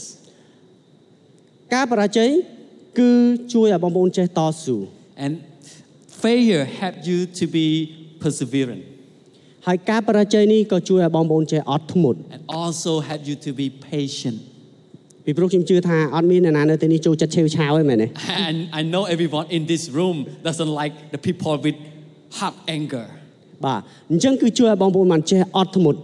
Speaker 11: ការបរាជ័យគឺជួយឲ្យបងប្អូនចេះតស៊ូ
Speaker 5: And failure help you to be perseverant
Speaker 11: ហើយការបរាជ័យនេះក៏ជួយឲ្យបងប្អូនចេះអត់ធ្មត់
Speaker 5: and also help you to be patient.
Speaker 11: ពីព្រោះខ្ញុំជឿថាអត់មានអ្នកណានៅទីនេះចូលចិត្តឆេវឆាវទេមែនទេ
Speaker 5: And I know everyone in this room doesn't like the people with hot anger.
Speaker 11: បាទអញ្ចឹងគឺជួយឲ្យបងប្អូនបានចេះអត់ធ្មត់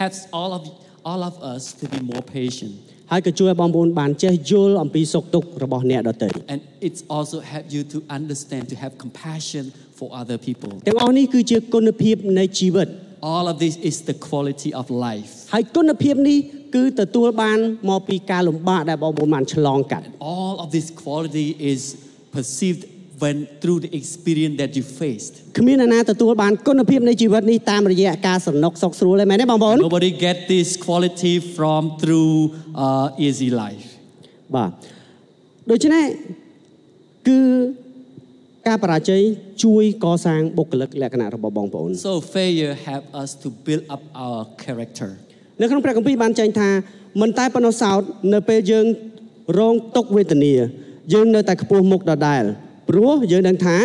Speaker 5: Helps all of all of us to be more patient.
Speaker 11: ហើយក៏ជួយឲ្យបងប្អូនបានចេះយល់អំពីសុខទុក្ខរបស់អ្នកដទៃ
Speaker 5: And it's also help you to understand to have compassion for other people.
Speaker 11: ទាំងអស់នេះគឺជាគុណភាពនៃជីវិត
Speaker 5: All of this is the quality of life.
Speaker 11: ហើយគុណភាពនេះគឺទទួលបានមកពីការលំបាកដែលបងប្អូនបានឆ្លងកាត់
Speaker 5: All of this quality is perceived when through the experience that you faced.
Speaker 11: គ្មានអ្នកណាទទួលបានគុណភាពនៃជីវិតនេះតាមរយៈការសំណុកសុខស្រួលទេមែនទេបងប្អូន
Speaker 5: Nobody get this quality from through uh, easy life.
Speaker 11: បាទដូច្នេះគឺការបរាជ័យជួយកសាងបុគ្គលិកលក្ខណៈរបស់បងប្អូន
Speaker 5: So failure help us to build up our character.
Speaker 11: នៅក្នុងព្រះគម្ពីរបានចែងថាមិនតែប៉ុណ្ណោះសោតនៅពេលយើងរងទុក្ខវេទនាយើងនៅតែខ្ពស់មុខដដែលព្រោះយើងដឹងថា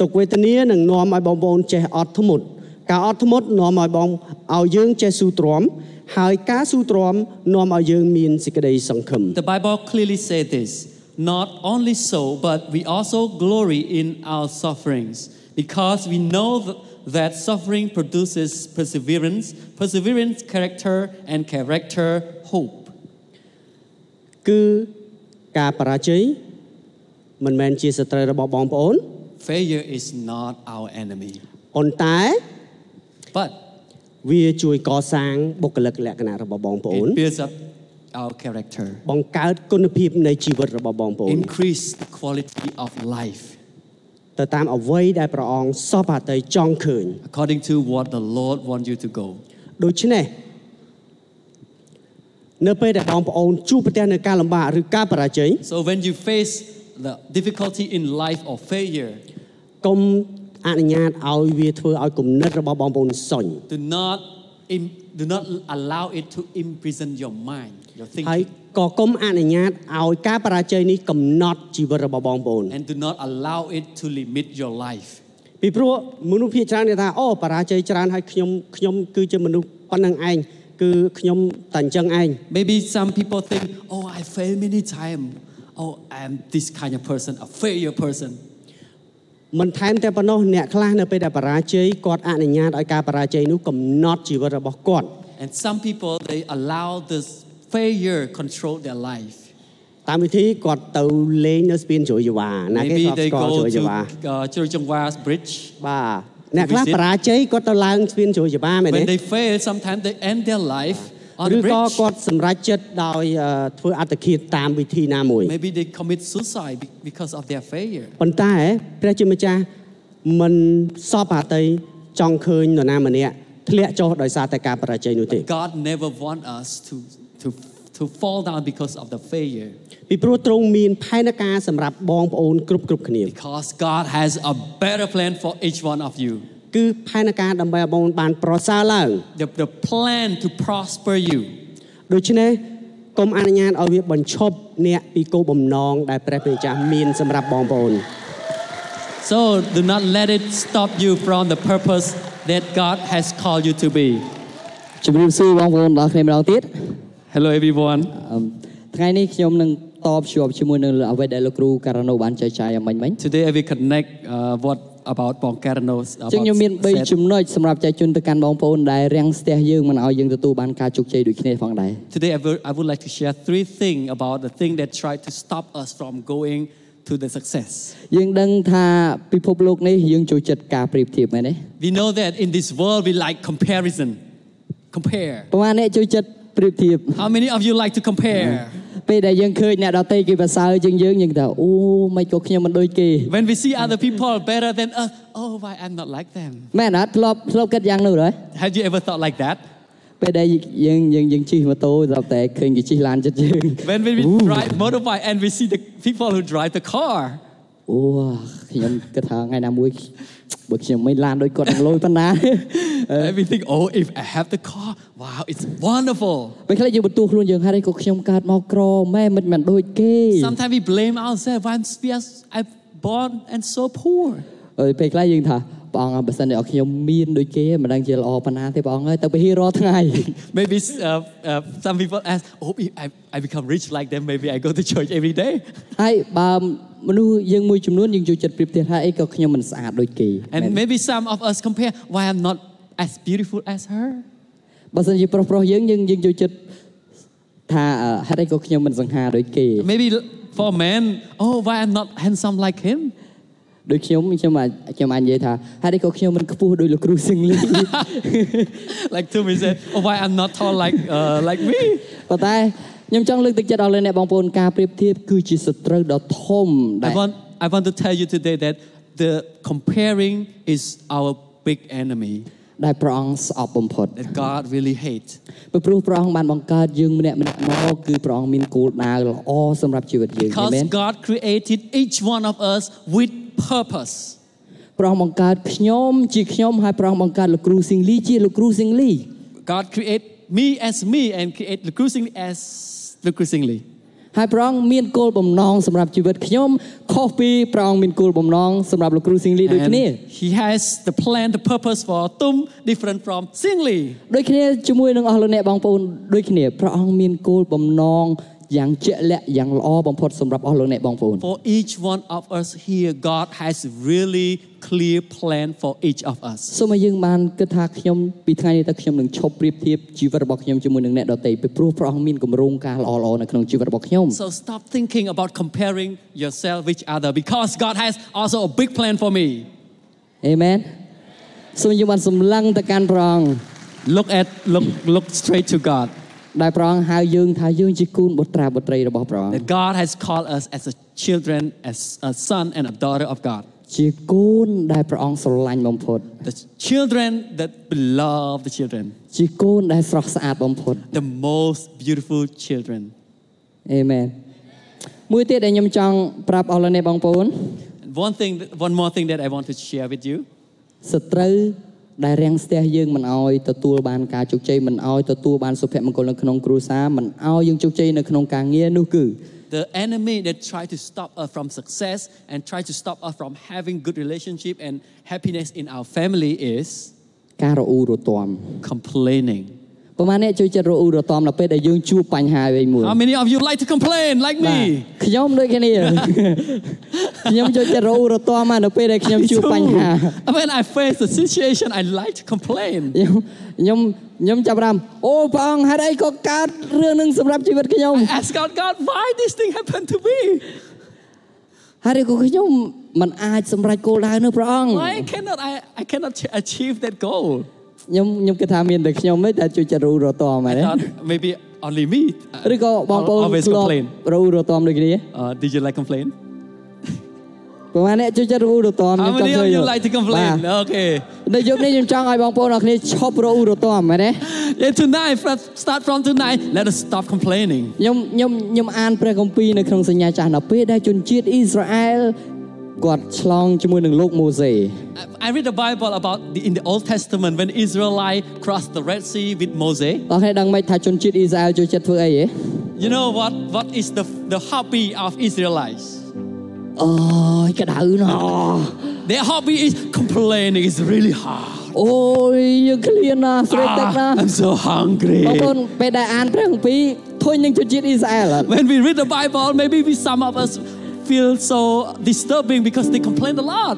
Speaker 11: ទុក្ខវេទនានឹងនាំឲ្យបងប្អូនចេះអត់ធ្មត់ការអត់ធ្មត់នាំឲ្យបងឲ្យយើងចេះស៊ូទ្រាំហើយការស៊ូទ្រាំនាំឲ្យយើងមានសេចក្តីសង្ឃឹម
Speaker 5: The Bible clearly says this not only so, but we also glory in our sufferings because we know th- that suffering produces perseverance, perseverance, character, and character, hope.
Speaker 11: គឺការបរាជ័យមិនមែនជាសត្រូវរបស់បងប្អូន
Speaker 5: Failure is not our enemy.
Speaker 11: ប៉ុន្តែ
Speaker 5: But
Speaker 11: វាជួយកសាងបុគ្គលិកលក្ខណៈរបស់បងប្អូន
Speaker 5: it builds up our character,
Speaker 11: បង្កើតគុណភាពនៃជីវិតរបស់បងប្អូន
Speaker 5: increase the quality of life
Speaker 11: ទៅតាមអ្វីដែលព្រះអង្គសពហតីចង់ឃើញ
Speaker 5: according to what the Lord wants you to go.
Speaker 11: ដូច្នេះនៅពេលដែលបងប្អូនជួបប្រទះនៅការលំបាកឬការបរាជ័យ
Speaker 5: So when you face the difficulty in life or failure,
Speaker 11: កុំអនុញ្ញាតឲ្យវាធ្វើឲ្យគំនិតរបស់បងប្អូនសុញ
Speaker 5: do not im- do not allow it to imprison your mind, your
Speaker 11: ហើយ
Speaker 5: thinking,
Speaker 11: ក៏កុំអនុញ្ញាតឲ្យការបរាជ័យនេះកំណត់ជីវិតរបស់បងប្អូន
Speaker 5: and do not allow it to limit your life.
Speaker 11: ពីព្រោះមនុស្សភាគច្រើនគេថាអូបរាជ័យច្រើនហើយខ្ញុំខ្ញុំគឺជាមនុស្សប៉ុណ្្នឹងឯងគឺខ្ញុំតែអញ្ចឹងឯង
Speaker 5: Maybe some people think, "Oh, I failed many times. Oh, I'm this kind of person, a failure person."
Speaker 11: មិនថែមតែប៉ុណ្ណោះអ្នកខ្លះនៅពេលដែលបរាជ័យគាត់អនុញ្ញាតឲ្យការបរាជ័យនោះកំណត់ជីវិតរបស់គាត់
Speaker 5: And some people they allow this failure control their life.
Speaker 11: តាមវិធីគាត់ទៅលេងនៅស្ពានជ្រោយយវ៉ាណាគេ
Speaker 5: Maybe
Speaker 11: ស្គាល់
Speaker 5: they
Speaker 11: ស្គាល់
Speaker 5: go
Speaker 11: ជ្រោយយ
Speaker 5: to
Speaker 11: វ៉ា
Speaker 5: uh, Churchongwa's bridge.
Speaker 11: បាទអ្នកខ្លះ
Speaker 5: visit.
Speaker 11: បរាជ័យគាត់ទៅឡើងស្ពានជ្រោយយវ៉ាមែន
Speaker 5: When
Speaker 11: ទេ
Speaker 5: they fail, sometimes they end their life on
Speaker 11: ឬ
Speaker 5: the
Speaker 11: ក៏គ
Speaker 5: bridge.
Speaker 11: ាត់សម្រេចចិត្តដោយអឺធ្វើអត្តឃាតតាមវិធីណាមួយ
Speaker 5: Maybe they commit suicide be- because of their failure.
Speaker 11: ប៉ុន្តែព្រះជាម្ចាស់មិនសពអតីចង់ឃើញនរណាម្នាក់ធ្លាក់ចុះដោយសារតែការបរាជ័យនោះទេ
Speaker 5: God never want us to, to, to fall down because of the failure.
Speaker 11: ពីព្រោះទ្រង់មានផែនការសម្រាប់បងប្អូនគ្រប់គ្រប់គ្នា
Speaker 5: Because God has a better plan for each one of you.
Speaker 11: គឺផែនការដើម្បីឲ្យបងប្អូនបានប្រសើរឡើង
Speaker 5: The, the plan to prosper you.
Speaker 11: ដូច្នេះកុំអនុញ្ញាតឲ្យវាបញ្ឈប់អ្នកពីគោលបំណងដែលព្រះព្រះម្ចាស់មានសម្រាប់បងប្អូន
Speaker 5: So do not let it stop you from the purpose that God has called you to be.
Speaker 13: ជំរាបសួរបងប្អូនបងប្អូនគ្នាម្ដងទៀត
Speaker 5: Hello everyone
Speaker 13: ថ្ងៃនេះខ្ញុំនឹងតបភ្ជាប់ជាមួយនឹងអ្វីដែលលោកគ្រូការ៉ាណូបានចែកចាយអំមិញមិញ
Speaker 5: Today I will connect uh, what about Boncarano's
Speaker 13: អញ្ចឹងខ្ញុំមាន
Speaker 5: about
Speaker 13: 3
Speaker 5: said.
Speaker 13: ចំណុចសម្រាប់ចែកជូនទៅកាន់បងប្អូនដែលរាំងស្ទះយើងមិនឲ្យយើងទទួលបានការជោគជ័យដូចគ្នាផងដែរ
Speaker 5: Today I will- I would like to share three things about the thing that tried to stop us from going to the success.
Speaker 13: យើងដឹងថាពិភពលោកនេះយើងចូលចិត្តការប្រៀបធៀបមែនទេ
Speaker 5: We know that in this world we like comparison. Compare.
Speaker 13: ប្រហែលអ្នកចូលចិត្តប្រៀបធៀប
Speaker 5: How many of you like to compare?
Speaker 13: ពេលដែលយើងឃើញអ្នកដទៃគេប្រសើរជាងយើងយើងថាអូមិនក៏ខ្ញុំមិនដូចគេ
Speaker 5: When we see other people better than us, oh, why I'm not like them?
Speaker 13: មែនអត់ធ្លាប់ធ្លាប់គិតយ៉ាងនោះទេ
Speaker 5: Have you ever thought like that?
Speaker 13: ពេលដែលយើងយើងយើងជិះម៉ូតូដល់តែឃើញគេជិះឡានចិត្តយើង
Speaker 5: When we drive motorbike and we see the people who drive the car,
Speaker 13: អូខ្ញុំគិតថាថ្ងៃណាមួយ បើខ្ញុំមិនឡានដូចគាត់នឹងលុយប៉ុណ្ណា
Speaker 5: and we think, oh, if I have the car, wow, it's wonderful.
Speaker 13: ពេលខ្លះយើងបន្ទោសខ្លួនយើងហើយក៏ខ្ញុំកើតមកក្រម៉ែមិនមិនដូចគេ
Speaker 5: Sometimes we blame ourselves. Why I'm spe- I'm born and so poor.
Speaker 13: អើយពេលខ្លះយើងថាព្រះអង្គអ่ะបើសិនតែឲ្យខ្ញុំមានដូចគេមិនដឹងជាល្អប៉ុណ្ណាទេព្រះអង្គអើយទៅពិហិរាល់ថ្ងៃ
Speaker 5: Maybe uh, uh, some people ask, oh, if I, I become rich like them, maybe I go to church every day.
Speaker 13: ហើយបើមនុស្សយើងមួយចំនួនយើងចូលចិត្តប្រៀបធៀបថាអីក៏ខ្ញុំមិនស្អាតដូចគេ
Speaker 5: And maybe some of us compare, why I'm not as beautiful as her.
Speaker 13: បើសិនជាប្រុសប្រុសៗយើងយើងយើងចូលចិត្តថាអឺហេតុអីក៏ខ្ញុំមិនសង្ហាដូចគេ
Speaker 5: Maybe for a man, oh, why I'm not handsome like him.
Speaker 13: ដូចខ្ញុំខ្ញុំអាចខ្ញុំអាចនិយាយថាហេតុអីក៏ខ្ញុំមិនខ្ពស់ដូចលោកគ្រូសៀងលី
Speaker 5: Like Tumi said, oh, why I'm not tall like uh, like me.
Speaker 13: ប៉ុន្តែខ្ញុំចង់លើកទឹកចិត្តដល់លោកអ្នកបងប្អូនការប្រៀបធៀបគឺជាសត្រូវដ៏ធំ
Speaker 5: I
Speaker 13: ដែល
Speaker 5: want I want to tell you today that the comparing is our big enemy.
Speaker 11: ដែលព្រះអង្គស្អប់បំផុត
Speaker 2: that God really hate.
Speaker 11: ពីព្រោះព្រះអង្គបានបង្កើតយើងម្នាក់ម្នាក់មកគឺព្រះអង្គមានគោលដៅល្អសម្រាប់ជីវិតយើងអាមែ
Speaker 5: Because
Speaker 11: ន
Speaker 5: God created each one of us with purpose.
Speaker 11: ព្រះអង្គបង្កើតខ្ញុំជាខ្ញុំហើយព្រះអង្គបង្កើតលោកគ្រូស៊ីងលីជាលោកគ្រូស៊ីងលី
Speaker 5: God create me as me and create the cruising as the cruising Lee.
Speaker 11: ហើយព្រះអង្គមានគោលបំណងសម្រាប់ជីវិតខ្ញុំខុសពីព្រះអង្គមានគោលបំណងសម្រាប់លោកគ្រូស៊ីងលីដូចគ្នា
Speaker 5: And he has the plan, the purpose for Tum different from Sing Lee.
Speaker 11: ដូចគ្នាជាមួយនឹងអស់លោកអ្នកបងប្អូនដូចគ្នាព្រះអង្គមានគោលបំណងយ៉ាងជាក់លាក់យ៉ាងល្អបំផុតសម្រាប់អស់លោកអ្នកបងប្អូន
Speaker 5: For each one of us here, God has really clear plan for each of us.
Speaker 11: សូមឲ្យយើងបានគិតថាខ្ញុំពីថ្ងៃនេះតើខ្ញុំនឹងឈប់ប្រៀបធៀបជីវិតរបស់ខ្ញុំជាមួយនឹងអ្នកដទៃពីព្រោះព្រះអង្គមានគម្រោងការល្អៗនៅក្នុងជីវិតរបស់ខ្ញុំ
Speaker 5: So stop thinking about comparing yourself with each other because God has also a big plan for me.
Speaker 11: អេមែនសូមយើងបានសម្លឹងទៅកាន់ព្រះអង្គ
Speaker 5: Look at look look straight to God
Speaker 11: ដែលព្រះអង្គហៅយើងថាយើងជាគូនបុត្រាបុត្រីរបស់ព្រះអង្គ
Speaker 5: that God has called us as a children, as a son and a daughter of God.
Speaker 11: ជាគូនដែលព្រះអង្គស្រឡាញ់បំផុត
Speaker 5: The children that beloved the children,
Speaker 11: ជាគូនដែលស្រស់ស្អាតបំផុត
Speaker 5: the most beautiful children.
Speaker 11: អេមែនមួយទៀតដែលខ្ញុំចង់ប្រាប់អស់លោកអ្នកបងប្អូន
Speaker 5: And one thing, one more thing that I want to share with you.
Speaker 11: សត្រូវដែលរាំងស្ទះយើងមិនអោយទទួលបានការជោគជ័យមិនអោយទទួលបានសុភមង្គលនៅក្នុងគ្រួសារមិនអោយយើងជោគជ័យនៅក្នុងការងារនោះគឺ
Speaker 5: The enemy that try to stop us from success and try to stop us from having good relationship and happiness in our family is
Speaker 11: ការរអ៊ូរទាំ
Speaker 5: complaining
Speaker 11: ប្រហែលអ្នកជួយចិត្តរអ៊ូរទាំដល់ពេលដែលយើងជួបបញ្ហាអ្វីមួយ
Speaker 5: How many of you like to complain like
Speaker 11: បាទ
Speaker 5: me?
Speaker 11: ខ្ញុំដូចគ្នា ខ្ញុំចូលចិត្ត រអ៊ូរទាំណាស់នៅពេលដែលខ្ញុំ
Speaker 5: Me
Speaker 11: ជួប
Speaker 5: too.
Speaker 11: បញ្ហា
Speaker 5: When I face the situation, I like to complain.
Speaker 11: ខ្ញុំខ្ញុំចាប់អារម្មណ៍អូព្រះអង្គហេតុអីក៏កើតរឿងនឹងសម្រាប់ជីវិតខ្ញុំ
Speaker 5: Ask God, God, why this thing happened to me?
Speaker 11: ហើយឬក៏ខ្ញុំមិនអាចសម្រេចគោលដៅនោះព្រះអង្គ
Speaker 5: Why cannot I, I cannot ch- achieve that goal?
Speaker 11: ខ្ញុំខ្ញុំគិតថាមានតែខ្ញុំទេតែជួយចិត្តរੂរទាំហ្មងណា
Speaker 5: God, maybe only me. uh,
Speaker 11: ឬក៏បងប្អូន
Speaker 5: always
Speaker 11: ធ្លាប់
Speaker 5: complain.
Speaker 11: រੂរទាំដូចគ្នា
Speaker 5: Uh, did you like complain?
Speaker 11: ប្រហែលអ្នកជួយចិត្តរੂរទាំ
Speaker 5: How
Speaker 11: ខ្ញុំចង់
Speaker 5: many
Speaker 11: ឃើ
Speaker 5: of
Speaker 11: ញ
Speaker 5: you like to complain? Okay.
Speaker 11: នៅយប់នេះខ្ញុំចង់ឲ្យបងប្អូនអរគ្នាឈប់រੂរទាំហ្មងណា
Speaker 5: Yeah, tonight, from- start from tonight, let us stop complaining.
Speaker 11: ខ្ញុំខ្ញុំខ្ញុំអានព្រះគម្ពីរនៅក្នុងសញ្ញាចាស់ដល់ពេលដែលជនជាតិអ៊ីស្រាអែលគាត់ឆ្លងជាមួយនឹងលោកម៉ូសេ
Speaker 5: I read the Bible about the, in the Old Testament when Israelite crossed the Red Sea with Moses.
Speaker 11: បងគ្នាដឹងមិនថាជនជាតិអ៊ីស្រាអែលចូលចិត្តធ្វើអីហ៎
Speaker 5: You know what? What is the the hobby of Israelites?
Speaker 11: អូយក្តៅណោះ
Speaker 5: Ah. Their hobby is complaining. It's really hard.
Speaker 11: អូយយើងឃ្លានណាស់ស្រេកទឹកណា
Speaker 5: Ah, I'm so hungry.
Speaker 11: បងប្អូនពេលដែលអានព្រះគម្ពីរធុញនឹងជនជាតិអ៊ីស្រាអែលអត់
Speaker 5: When we read the Bible, maybe we, some of us feel so disturbing because they complain a lot.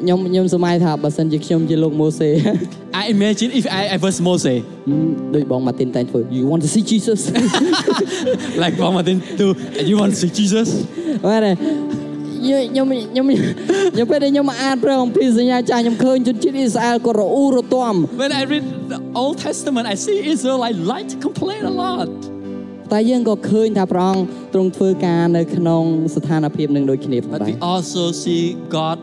Speaker 11: ខ្ញុំខ្ញុំសម័យថាបើសិនជាខ្ញុំជាលោកម៉ូសេ
Speaker 5: I imagine if I, I was Moses,
Speaker 11: ដូចបងម៉ាទីនតែងធ្វើ you want to see Jesus
Speaker 5: like Bang Martin do, you want to see Jesus?
Speaker 11: បាទខ្ញុំខ្ញុំខ្ញុំពេលដែលខ្ញុំអានព្រះគម្ពីរសញ្ញាចាស់ខ្ញុំឃើញជនជាតិអ៊ីស្រាអែលគាត់រអ៊ូរទាំ
Speaker 5: When I read the Old Testament, I see Israel. I like to complain a lot.
Speaker 11: តែយើងក៏ឃើញថាព្រះអង្គទ្រង់ធ្វើការនៅក្នុងស្ថានភាពនឹងដូចគ្នាផងដែ
Speaker 5: But
Speaker 11: រ
Speaker 5: we also see God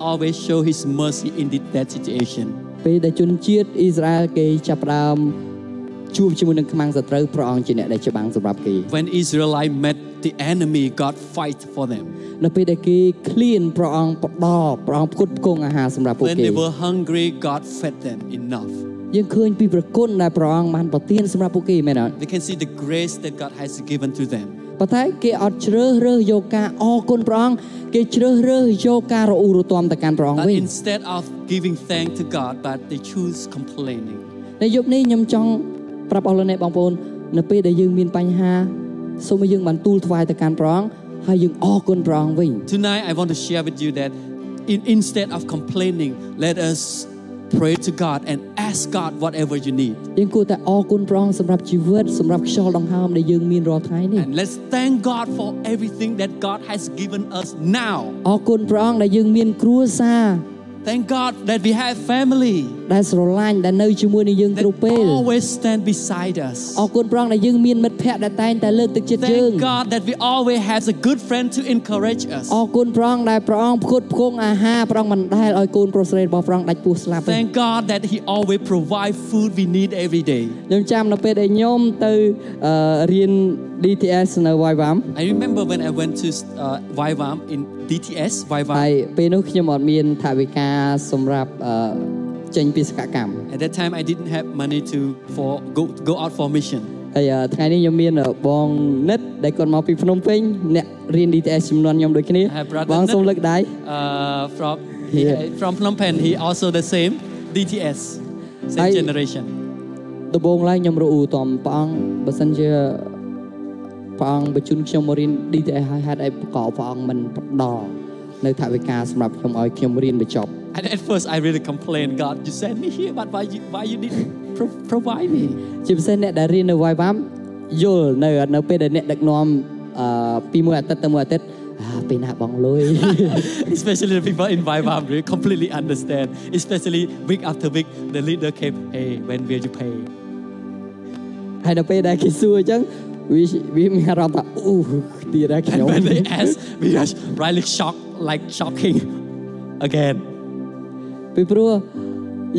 Speaker 5: always show His mercy in the- that situation.
Speaker 11: ពេលដែលជនជាតិអ៊ីស្រាអែលគេចាប់ផ្ដើមជួបជាមួយនឹងខ្មាំងសត្រូវព្រះអង្គជាអ្នកដែលច្បាំងសម្រាប់គេ
Speaker 5: When Israelite met the enemy, God fight for them.
Speaker 11: នៅពេលដែលគេឃ្លានព្រះអង្គផ្ដល់ព្រះអង្គផ្គត់ផ្គង់អាហារសម្រាប់ពួក
Speaker 5: When
Speaker 11: គេ
Speaker 5: they were hungry, God fed them enough.
Speaker 11: យើងឃើញពីប្រគុណដែលព្រះអង្គបានប្រទានសម្រាប់ពួកគេមែនអត់
Speaker 5: We can see the grace that God has given to them.
Speaker 11: ប៉ុន្តែគេអត់ជ្រើសរើសយកការអរគុណព្រះអង្គគេជ្រើសរើសយកការរអ៊ូរទាំទៅកាន់ព្រះអង្គ
Speaker 5: But
Speaker 11: វិញ
Speaker 5: instead of giving thanks to God, but they choose complaining.
Speaker 11: នៅយប់នេះខ្ញុំចង់ប្រាប់អស់លោកអ្នកបងប្អូននៅពេលដែលយើងមានបញ្ហាសូមឲ្យយើងបានទូលថ្វាយទៅកាន់ព្រះអង្គហើយយើងអរគុណព្រះអង្គវិញ
Speaker 5: Tonight, I want to share with you that in, instead of complaining, let us pray to God and ask God whatever you need.
Speaker 11: យើងគួរតែអរគុណព្រះអង្គសម្រាប់ជីវិតសម្រាប់ខ្យល់ដង្ហើមដែលយើងមានរាល់ថ្ងៃនេះ
Speaker 5: And let's thank God for everything that God has given us now.
Speaker 11: អរគុណព្រះអង្គដែលយើងមានគ្រួសារ
Speaker 5: Thank God that we have family
Speaker 11: ដែលស្រឡាញ់ដែលនៅជាមួយនឹងយើងគ្រប់ពេល
Speaker 5: always stand beside us.
Speaker 11: អរគុណព្រះអង្គដែលយើងមានមិត្តភ័ក្តិដែលតែងតែលើកទឹកចិត្តយើង
Speaker 5: Thank God that we always have a good friend to encourage us.
Speaker 11: អរគុណព្រះអង្គដែលព្រះអង្គផ្គត់ផ្គង់អាហារព្រះអង្គមិនដែលឲ្យកូនប្រុសស្រីរបស់ព្រះអង្គដាច់ពោះស្លាប់ទេ
Speaker 5: Thank God that He always provide food we need every day.
Speaker 11: ខ្ញុំចាំនៅពេលដែលខ្ញុំទៅអឺរៀន DTS នៅ Waiwam
Speaker 5: I remember when I went to uh, YWAM in DTS
Speaker 11: ហើយ
Speaker 5: YWAM.
Speaker 11: ពេលនោះខ្ញុំអត់មានថវិកាសម្រាប់អឺចេញពីសកកម្ម
Speaker 5: At that time, I didn't have money to for go go out for mission.
Speaker 11: ហើយអឺថ្ងៃនេះខ្ញុំមានអឺបងនិតដែលគាត់មកពីភ្នំពេញអ្នករៀន DTS ចំនួនខ្ញុំដូចគ្នា
Speaker 5: have brother
Speaker 11: បង
Speaker 5: Nit.
Speaker 11: សូមលើកដៃ
Speaker 5: Uh, from
Speaker 11: Yeah.
Speaker 5: he- uh, from Phnom Penh, he also the same DTS, same
Speaker 11: I-
Speaker 5: generation.
Speaker 11: ដំបូងឡើយខ្ញុំរអ៊ូតំព្រះអង្គបើសិនជាព្រះអង្គបញ្ជូនខ្ញុំមករៀន DTS ហើយហេតុអីក៏ព្រះអង្គមិនផ្ដល់នៅថវិកាសម្រាប់ខ្ញុំឲ្យខ្ញុំរៀនបញ្ចប់
Speaker 5: And at first, I really complained, God, you sent me here, but why you, why you didn't pro- provide me?
Speaker 11: ជាពិសេសអ្នកដែលរៀននៅ Waiwam យល់នៅនៅពេលដែលអ្នកដឹកនាំអឺពីមួយអាទិត្យទៅមួយអាទិត្យ អាពេលណាបងលុយ
Speaker 5: Especially the people in Vaibhav really completely understand. Especially week after week, the leader came, hey, when will you pay?
Speaker 11: ហើយនៅពេលដែលគេសួរអញ្ចឹងវាវាមានអារម្មណ៍ថាអូទៀតហើយខ្ញុំ
Speaker 5: And when they asked, we just really shocked, like shocking again.
Speaker 11: ពីព្រោះ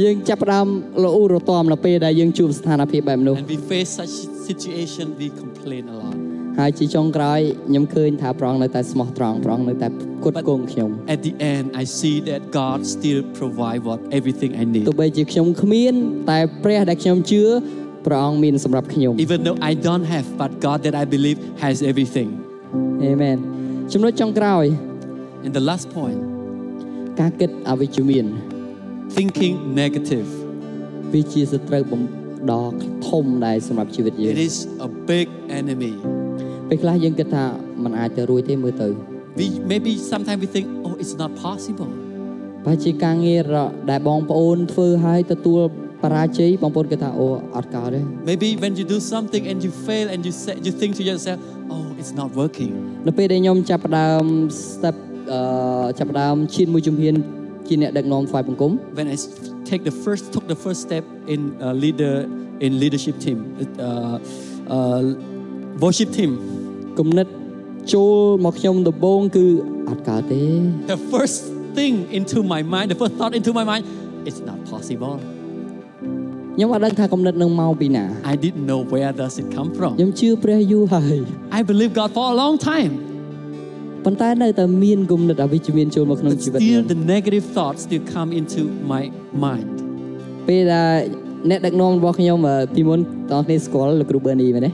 Speaker 11: យើងចាប់ផ្ដើមលោឧរទាំនៅពេលដែលយើងជួបស្ថានភាពបែបនោះ
Speaker 5: We face such situation, we complain a lot.
Speaker 11: ហើយជាចុងក្រោយខ្ញុំឃើញថាប្រងនៅតែស្មោះត្រង់ប្រងនៅតែគុតគងខ្ញុំ
Speaker 5: At the end, I see that God still provide what everything I need.
Speaker 11: ទោះបីជាខ្ញុំគ្មាន តែព្រះដែលខ្ញុំជឿព្រះអង្គមានសម្រាប់ខ្ញុំ
Speaker 5: Even though I don't have, but God that I believe has everything.
Speaker 11: អេមែនចំណុចចុងក្រោយ
Speaker 5: And the last point,
Speaker 11: ការគិតអវិជ្ជមាន
Speaker 5: thinking negative.
Speaker 11: វាជាសត្រូវបំដរធំដែរសម្រាប់ជីវិតយើង
Speaker 5: It is a big enemy.
Speaker 11: ពេលខ្លះយើងគិតថាมันអាចទៅរួចទេមើលទៅ
Speaker 5: We maybe sometimes we think, oh, it's not possible.
Speaker 11: បើជាការងារដែលបងប្អូនធ្វើឲ្យទទួលបរាជ័យបងប្អូនគិតថាអូអត់កោតទេ
Speaker 5: Maybe when you do something and you fail and you say, you think to yourself, oh, it's not working.
Speaker 11: នៅពេលដែលខ្ញុំចាប់ផ្ដើម step អឺចាប់ផ្ដើមឈានមួយជំហានជាអ្នកដឹកនាំផ្នែកបង្គំ
Speaker 5: When I s- take the first took the first step in uh, leader in leadership team, uh, uh, worship team.
Speaker 11: គំនិតចូលមកខ្ញុំដំបូងគឺអត់កើតទេ
Speaker 5: The first thing into my mind, the first thought into my mind, it's not possible.
Speaker 11: ខ្ញុំអត់ដឹងថាគំនិតនឹងមកពីណា
Speaker 5: I didn't know where does it come from.
Speaker 11: ខ្ញុំជឿព្រះយូរហើយ
Speaker 5: I believe God for a long time.
Speaker 11: ប៉ុន្តែនៅតែមានគំនិតអវិជ្ជមានចូលមកក្នុង
Speaker 5: But
Speaker 11: ជីវិតខ្ញុំ
Speaker 5: still, the negative thoughts still come into my mind.
Speaker 11: ពេលដែលអ្នកដឹកនាំរបស់ខ្ញុំអឺពីមុនតោះនេះស្គាល់លោកគ្រូប៊ឺនីមែនទេ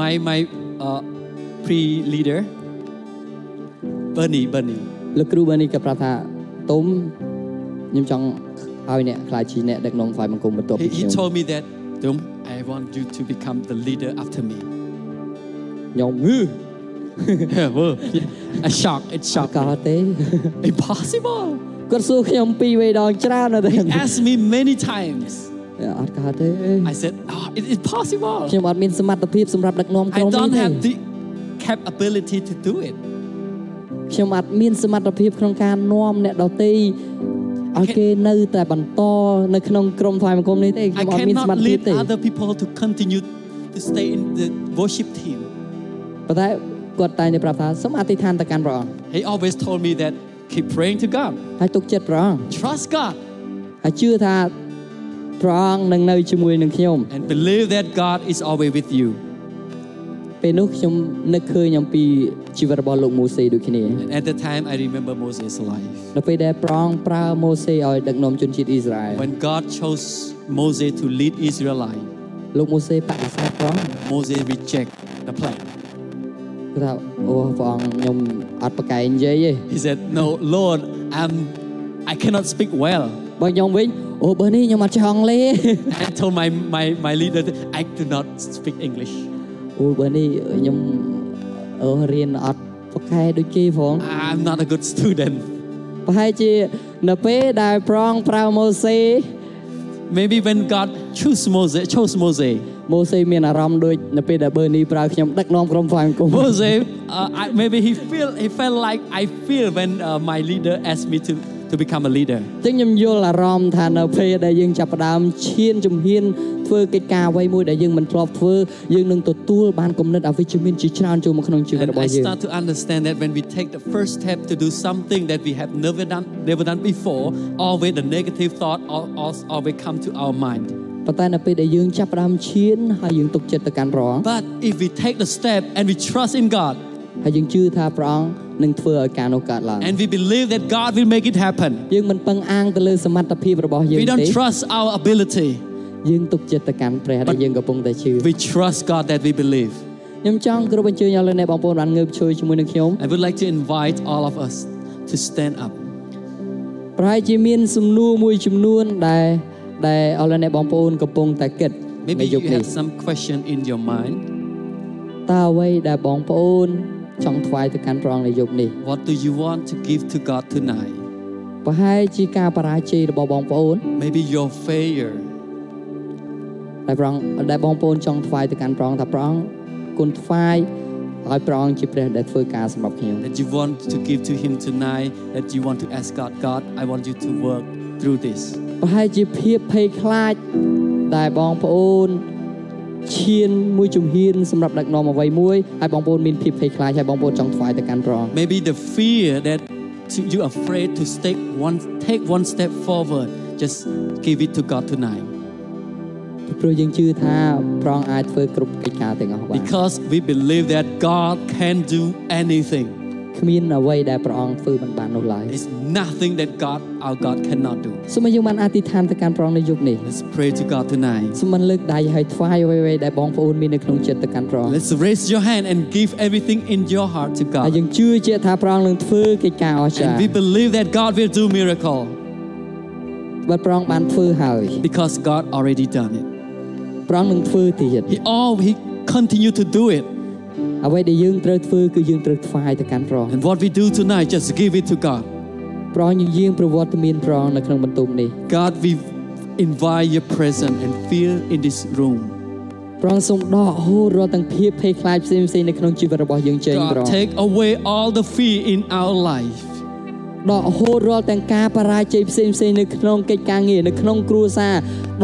Speaker 5: My my uh, pre leader, Bernie Bernie.
Speaker 11: លោកគ្រូប៊ឺនីក៏ប្រាប់ថាទុំខ្ញុំចង់ឲ្យអ្នកខ្លាចជាអ្នកដឹកនាំផ្នែកបង្គំបន្ទាប់
Speaker 5: He,
Speaker 11: ពី
Speaker 5: he
Speaker 11: ខ្ញុំ
Speaker 5: told me that, Dom, I want you to become the leader after me.
Speaker 11: ខ្ញុំហឺ
Speaker 5: Whoa. A shock, it's shock.
Speaker 11: កោតទេ
Speaker 5: Impossible.
Speaker 11: គាត់សួរខ្ញុំពីរបីដងច្រើនណាស់ទេ
Speaker 5: He asked me many times.
Speaker 11: អត់កោតទេ
Speaker 5: I said, oh, it- it's possible.
Speaker 11: ខ្ញុំអត់មានសមត្ថភាពសម្រាប់ដឹកនាំ
Speaker 5: I
Speaker 11: ក្រុមនេះ
Speaker 5: don't
Speaker 11: ទេ
Speaker 5: have the capability to do it.
Speaker 11: ខ្ញុំអត់មានសមត្ថភាពក្នុងការនាំអ្នកដទៃឲ្យគេនៅតែបន្តនៅក្នុងក្រុមផ្នែកបង្គំនេះទេ
Speaker 5: I
Speaker 11: ខ្ញុំអត់មានសម
Speaker 5: cannot
Speaker 11: ត្ថភាព
Speaker 5: lead
Speaker 11: ទេ
Speaker 5: other people to continue to stay in the worship team.
Speaker 11: ប៉ុន្តែគាត់តែងតែប្រាប់ថាសូមអធិដ្ឋានទៅកាន់ព្រះអង្គ
Speaker 5: He always told me that keep praying to God,
Speaker 11: ហើយទុកចិត្តព្រះអង្គ
Speaker 5: trust God,
Speaker 11: ហើយជឿថាព្រះអង្គនឹងនៅជាមួយនឹងខ្ញុំ
Speaker 5: and believe that God is always with you.
Speaker 11: ពេលនោះខ្ញុំនឹកឃើញអំពីជីវិតរបស់លោកម៉ូសេដូចគ្នា
Speaker 5: And at the time, I remember Moses' life.
Speaker 11: នៅពេលដែលព្រះអង្គប្រើម៉ូសេឲ្យដឹកនាំជនជាតិអ៊ីស្រាអែល
Speaker 5: When God chose Moses to lead Israelite,
Speaker 11: លោកម៉ូសេបដិសេធព្រះអង្គ
Speaker 5: Moses reject the plan.
Speaker 11: គាត់ថាអូព្រះអង្គខ្ញុំអត់ប្រកែកនិយាយទេ
Speaker 5: He said, "No, Lord, I'm I cannot speak well."
Speaker 11: បើខ្ញុំវិញអូបើនេះខ្ញុំអត់ចេះអង់គ្លេស
Speaker 5: I told my my my leader, that "I do not speak English.
Speaker 11: អូបើនេះខ្ញុំអូរៀនអត់ប្រកែកដូចគេផង
Speaker 5: I'm not a good student."
Speaker 11: ប្រហែលជានៅពេលដែលព្រះអង្គប្រើម៉ូសេ
Speaker 5: Maybe when God chose Moses, chose Moses,
Speaker 11: ម៉ូសេមានអារម្មណ៍ដូចនៅពេលដែលប៊ឺនីប្រើខ្ញុំដឹកនាំក្រុមផ្សាយអង្គម
Speaker 5: Moses, uh, I, maybe he feel he felt like I feel when uh, my leader asked me to to become a leader.
Speaker 11: ចឹងខ្ញុំយល់អារម្មណ៍ថានៅពេលដែលយើងចាប់ផ្ដើមឈានជំហានធ្វើកិច្ចការអ្វីមួយដែលយើងមិនធ្លាប់ធ្វើយើងនឹងទទួលបានគំនិតអវិជ្ជមានជាច្រើនចូលមកក្នុងជីវិត
Speaker 5: And
Speaker 11: របស់
Speaker 5: I
Speaker 11: យើង
Speaker 5: start to understand that when we take the first step to do something that we have never done, never done before, always the negative thought al- al- always come to our mind.
Speaker 11: ប៉ុន្តែនៅពេលដែលយើងចាប់ផ្ដើមឈានហើយយើងទុកចិត្តទៅកាន់ព្រះអង្គ
Speaker 5: But if we take the step and we trust in God
Speaker 11: ហើយយើងជឿថាព្រះអង្គនឹងធ្វើឲ្យការនោះកើតឡើង
Speaker 5: and we believe that God will make it happen,
Speaker 11: យើងមិនពឹងអាងទៅលើសមត្ថភាពរបស់យើង
Speaker 5: we
Speaker 11: ទេ
Speaker 5: don't trust our ability.
Speaker 11: យើងទុកចិត្តទៅកាន់ព្រះដែលយើងកំពុងតែជឿ
Speaker 5: We trust God that we believe.
Speaker 11: ខ្ញុំចង់គ្រប់អញ្ជើញអស់លោកអ្នកបងប្អូនបានងើបឈរជាមួយនឹងខ្ញុំ
Speaker 5: I would like to invite all of us to stand up.
Speaker 11: ប្រហែលជាមានសំណួរមួយចំនួនដែលដែលអស់លោកអ្នកបងប្អូនកំពុងតែគិតនៅ
Speaker 5: Maybe
Speaker 11: យ
Speaker 5: you
Speaker 11: ប់នេះ
Speaker 5: have some question in your mind.
Speaker 11: តើអ្វីដែលបងប្អូនចង់ថ្វាយទៅកាន់ព្រះអង្គនៅយប់នេះ
Speaker 5: What do you want to give to God tonight?
Speaker 11: ប្រហែលជាការបរាជ័យរបស់បងប្អូន
Speaker 5: Maybe your failure.
Speaker 11: ដែលព្រះអង្គដែលបងប្អូនចង់ថ្វាយទៅកាន់ព្រះអង្គថាព្រះអង្គគុណថ្វាយឲ្យព្រះអង្គជាព្រះដែលធ្វើការសម្រាប់ខ្ញុំ
Speaker 5: that you want to give to Him tonight, that you want to ask God, God, I want you to work through this.
Speaker 11: ប្រហែលជាភាពភ័យខ្លាចដែលបងប្អូនឈានមួយជំហានសម្រាប់ដឹកនាំអ្វីមួយហើយបងប្អូនមានភាពភ័យខ្លាចហើយបងប្អូនចង់ថ្វាយទៅកាន់ព្រះអង្គ
Speaker 5: Maybe the fear that to- you're afraid to take one, take one step forward, just give it to God tonight.
Speaker 11: ព្រោះយើងជឿថាព្រះអង្គអាចធ្វើគ្រប់កិច្ចការទាំងអស់បាន
Speaker 5: Because we believe that God can do anything.
Speaker 11: គ្មានអ្វីដែលព្រះអង្គធ្វើមិនបាននោះឡើយ
Speaker 5: It's nothing that God, our God, cannot do.
Speaker 11: សូមឲ្យយើងបានអធិដ្ឋានទៅកាន់ព្រះអង្គនៅយប់នេះ
Speaker 5: Let's pray to God tonight.
Speaker 11: សូមបានលើកដៃហើយថ្វាយអ្វីៗដែលបងប្អូនមាននៅក្នុងចិត្តទៅកាន់ព្រះអង្គ
Speaker 5: Let's raise your hand and give everything in your heart to
Speaker 11: ហើយយើ
Speaker 5: God.
Speaker 11: ងជឿជាក់ថាព្រះអង្គនឹងធ្វើកិច្ចការអស្ចា
Speaker 5: And we
Speaker 11: រ្យ
Speaker 5: believe that God will do miracle
Speaker 11: បើព្រះអង្គបានធ្វើហើយ
Speaker 5: because God already done it.
Speaker 11: ព្រះអង្គនឹងធ្វើទៀត
Speaker 5: He all he continue to do it.
Speaker 11: អ្វីដែលយើងត្រូវធ្វើគឺយើងត្រូវថ្វាយទៅកាន់ព្រះអង្គ
Speaker 5: And what we do tonight, just give it to God.
Speaker 11: ព្រះអង្គយើងយាងប្រវត្តិមានព្រះអង្គនៅក្នុងបន្ទប់នេះ
Speaker 5: God, we invite your presence and feel in this room.
Speaker 11: ព្រះអង្គសូមដកហូររាល់ទាំងភាពភ័យខ្លាចផ្សេងៗនៅក្នុងជីវិតរបស់យើងចេញព្រះអ
Speaker 5: God,
Speaker 11: ង្គ
Speaker 5: take away all the fear in our life.
Speaker 11: ដកហូតរាល់ទាំងការបរាជ័យផ្សេងផ្សេងៗនៅក្នុងកិច្ចការងារនៅក្នុងគ្រួសារ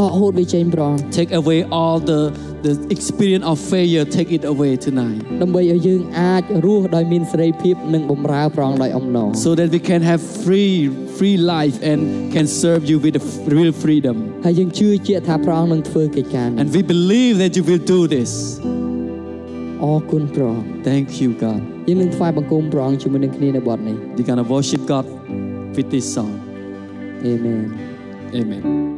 Speaker 11: ដកហូតវាចេញព្រះអង្គ
Speaker 5: Take away all the, the experience of failure. Take it away tonight
Speaker 11: ដើម្បីឲ្យយើងអាចរស់ដោយមានសេរីភាពនិងបម្រើព្រះអង្គដោយអំណរ
Speaker 5: so that we can have free, free life and can serve you with the real freedom.
Speaker 11: ហើយយើងជឿជាក់ថាព្រះអង្គនឹងធ្វើកិច្ចការនេះ
Speaker 5: And we believe that you will do this.
Speaker 11: អរគុណព្រះអង្គ
Speaker 5: Thank you, God.
Speaker 11: យើងនឹងថ្វាយបង្គំព្រះអង្គជាមួយនឹងគ្នានៅបទនេះ
Speaker 5: You're going to worship God with this song.
Speaker 11: Amen.
Speaker 5: Amen.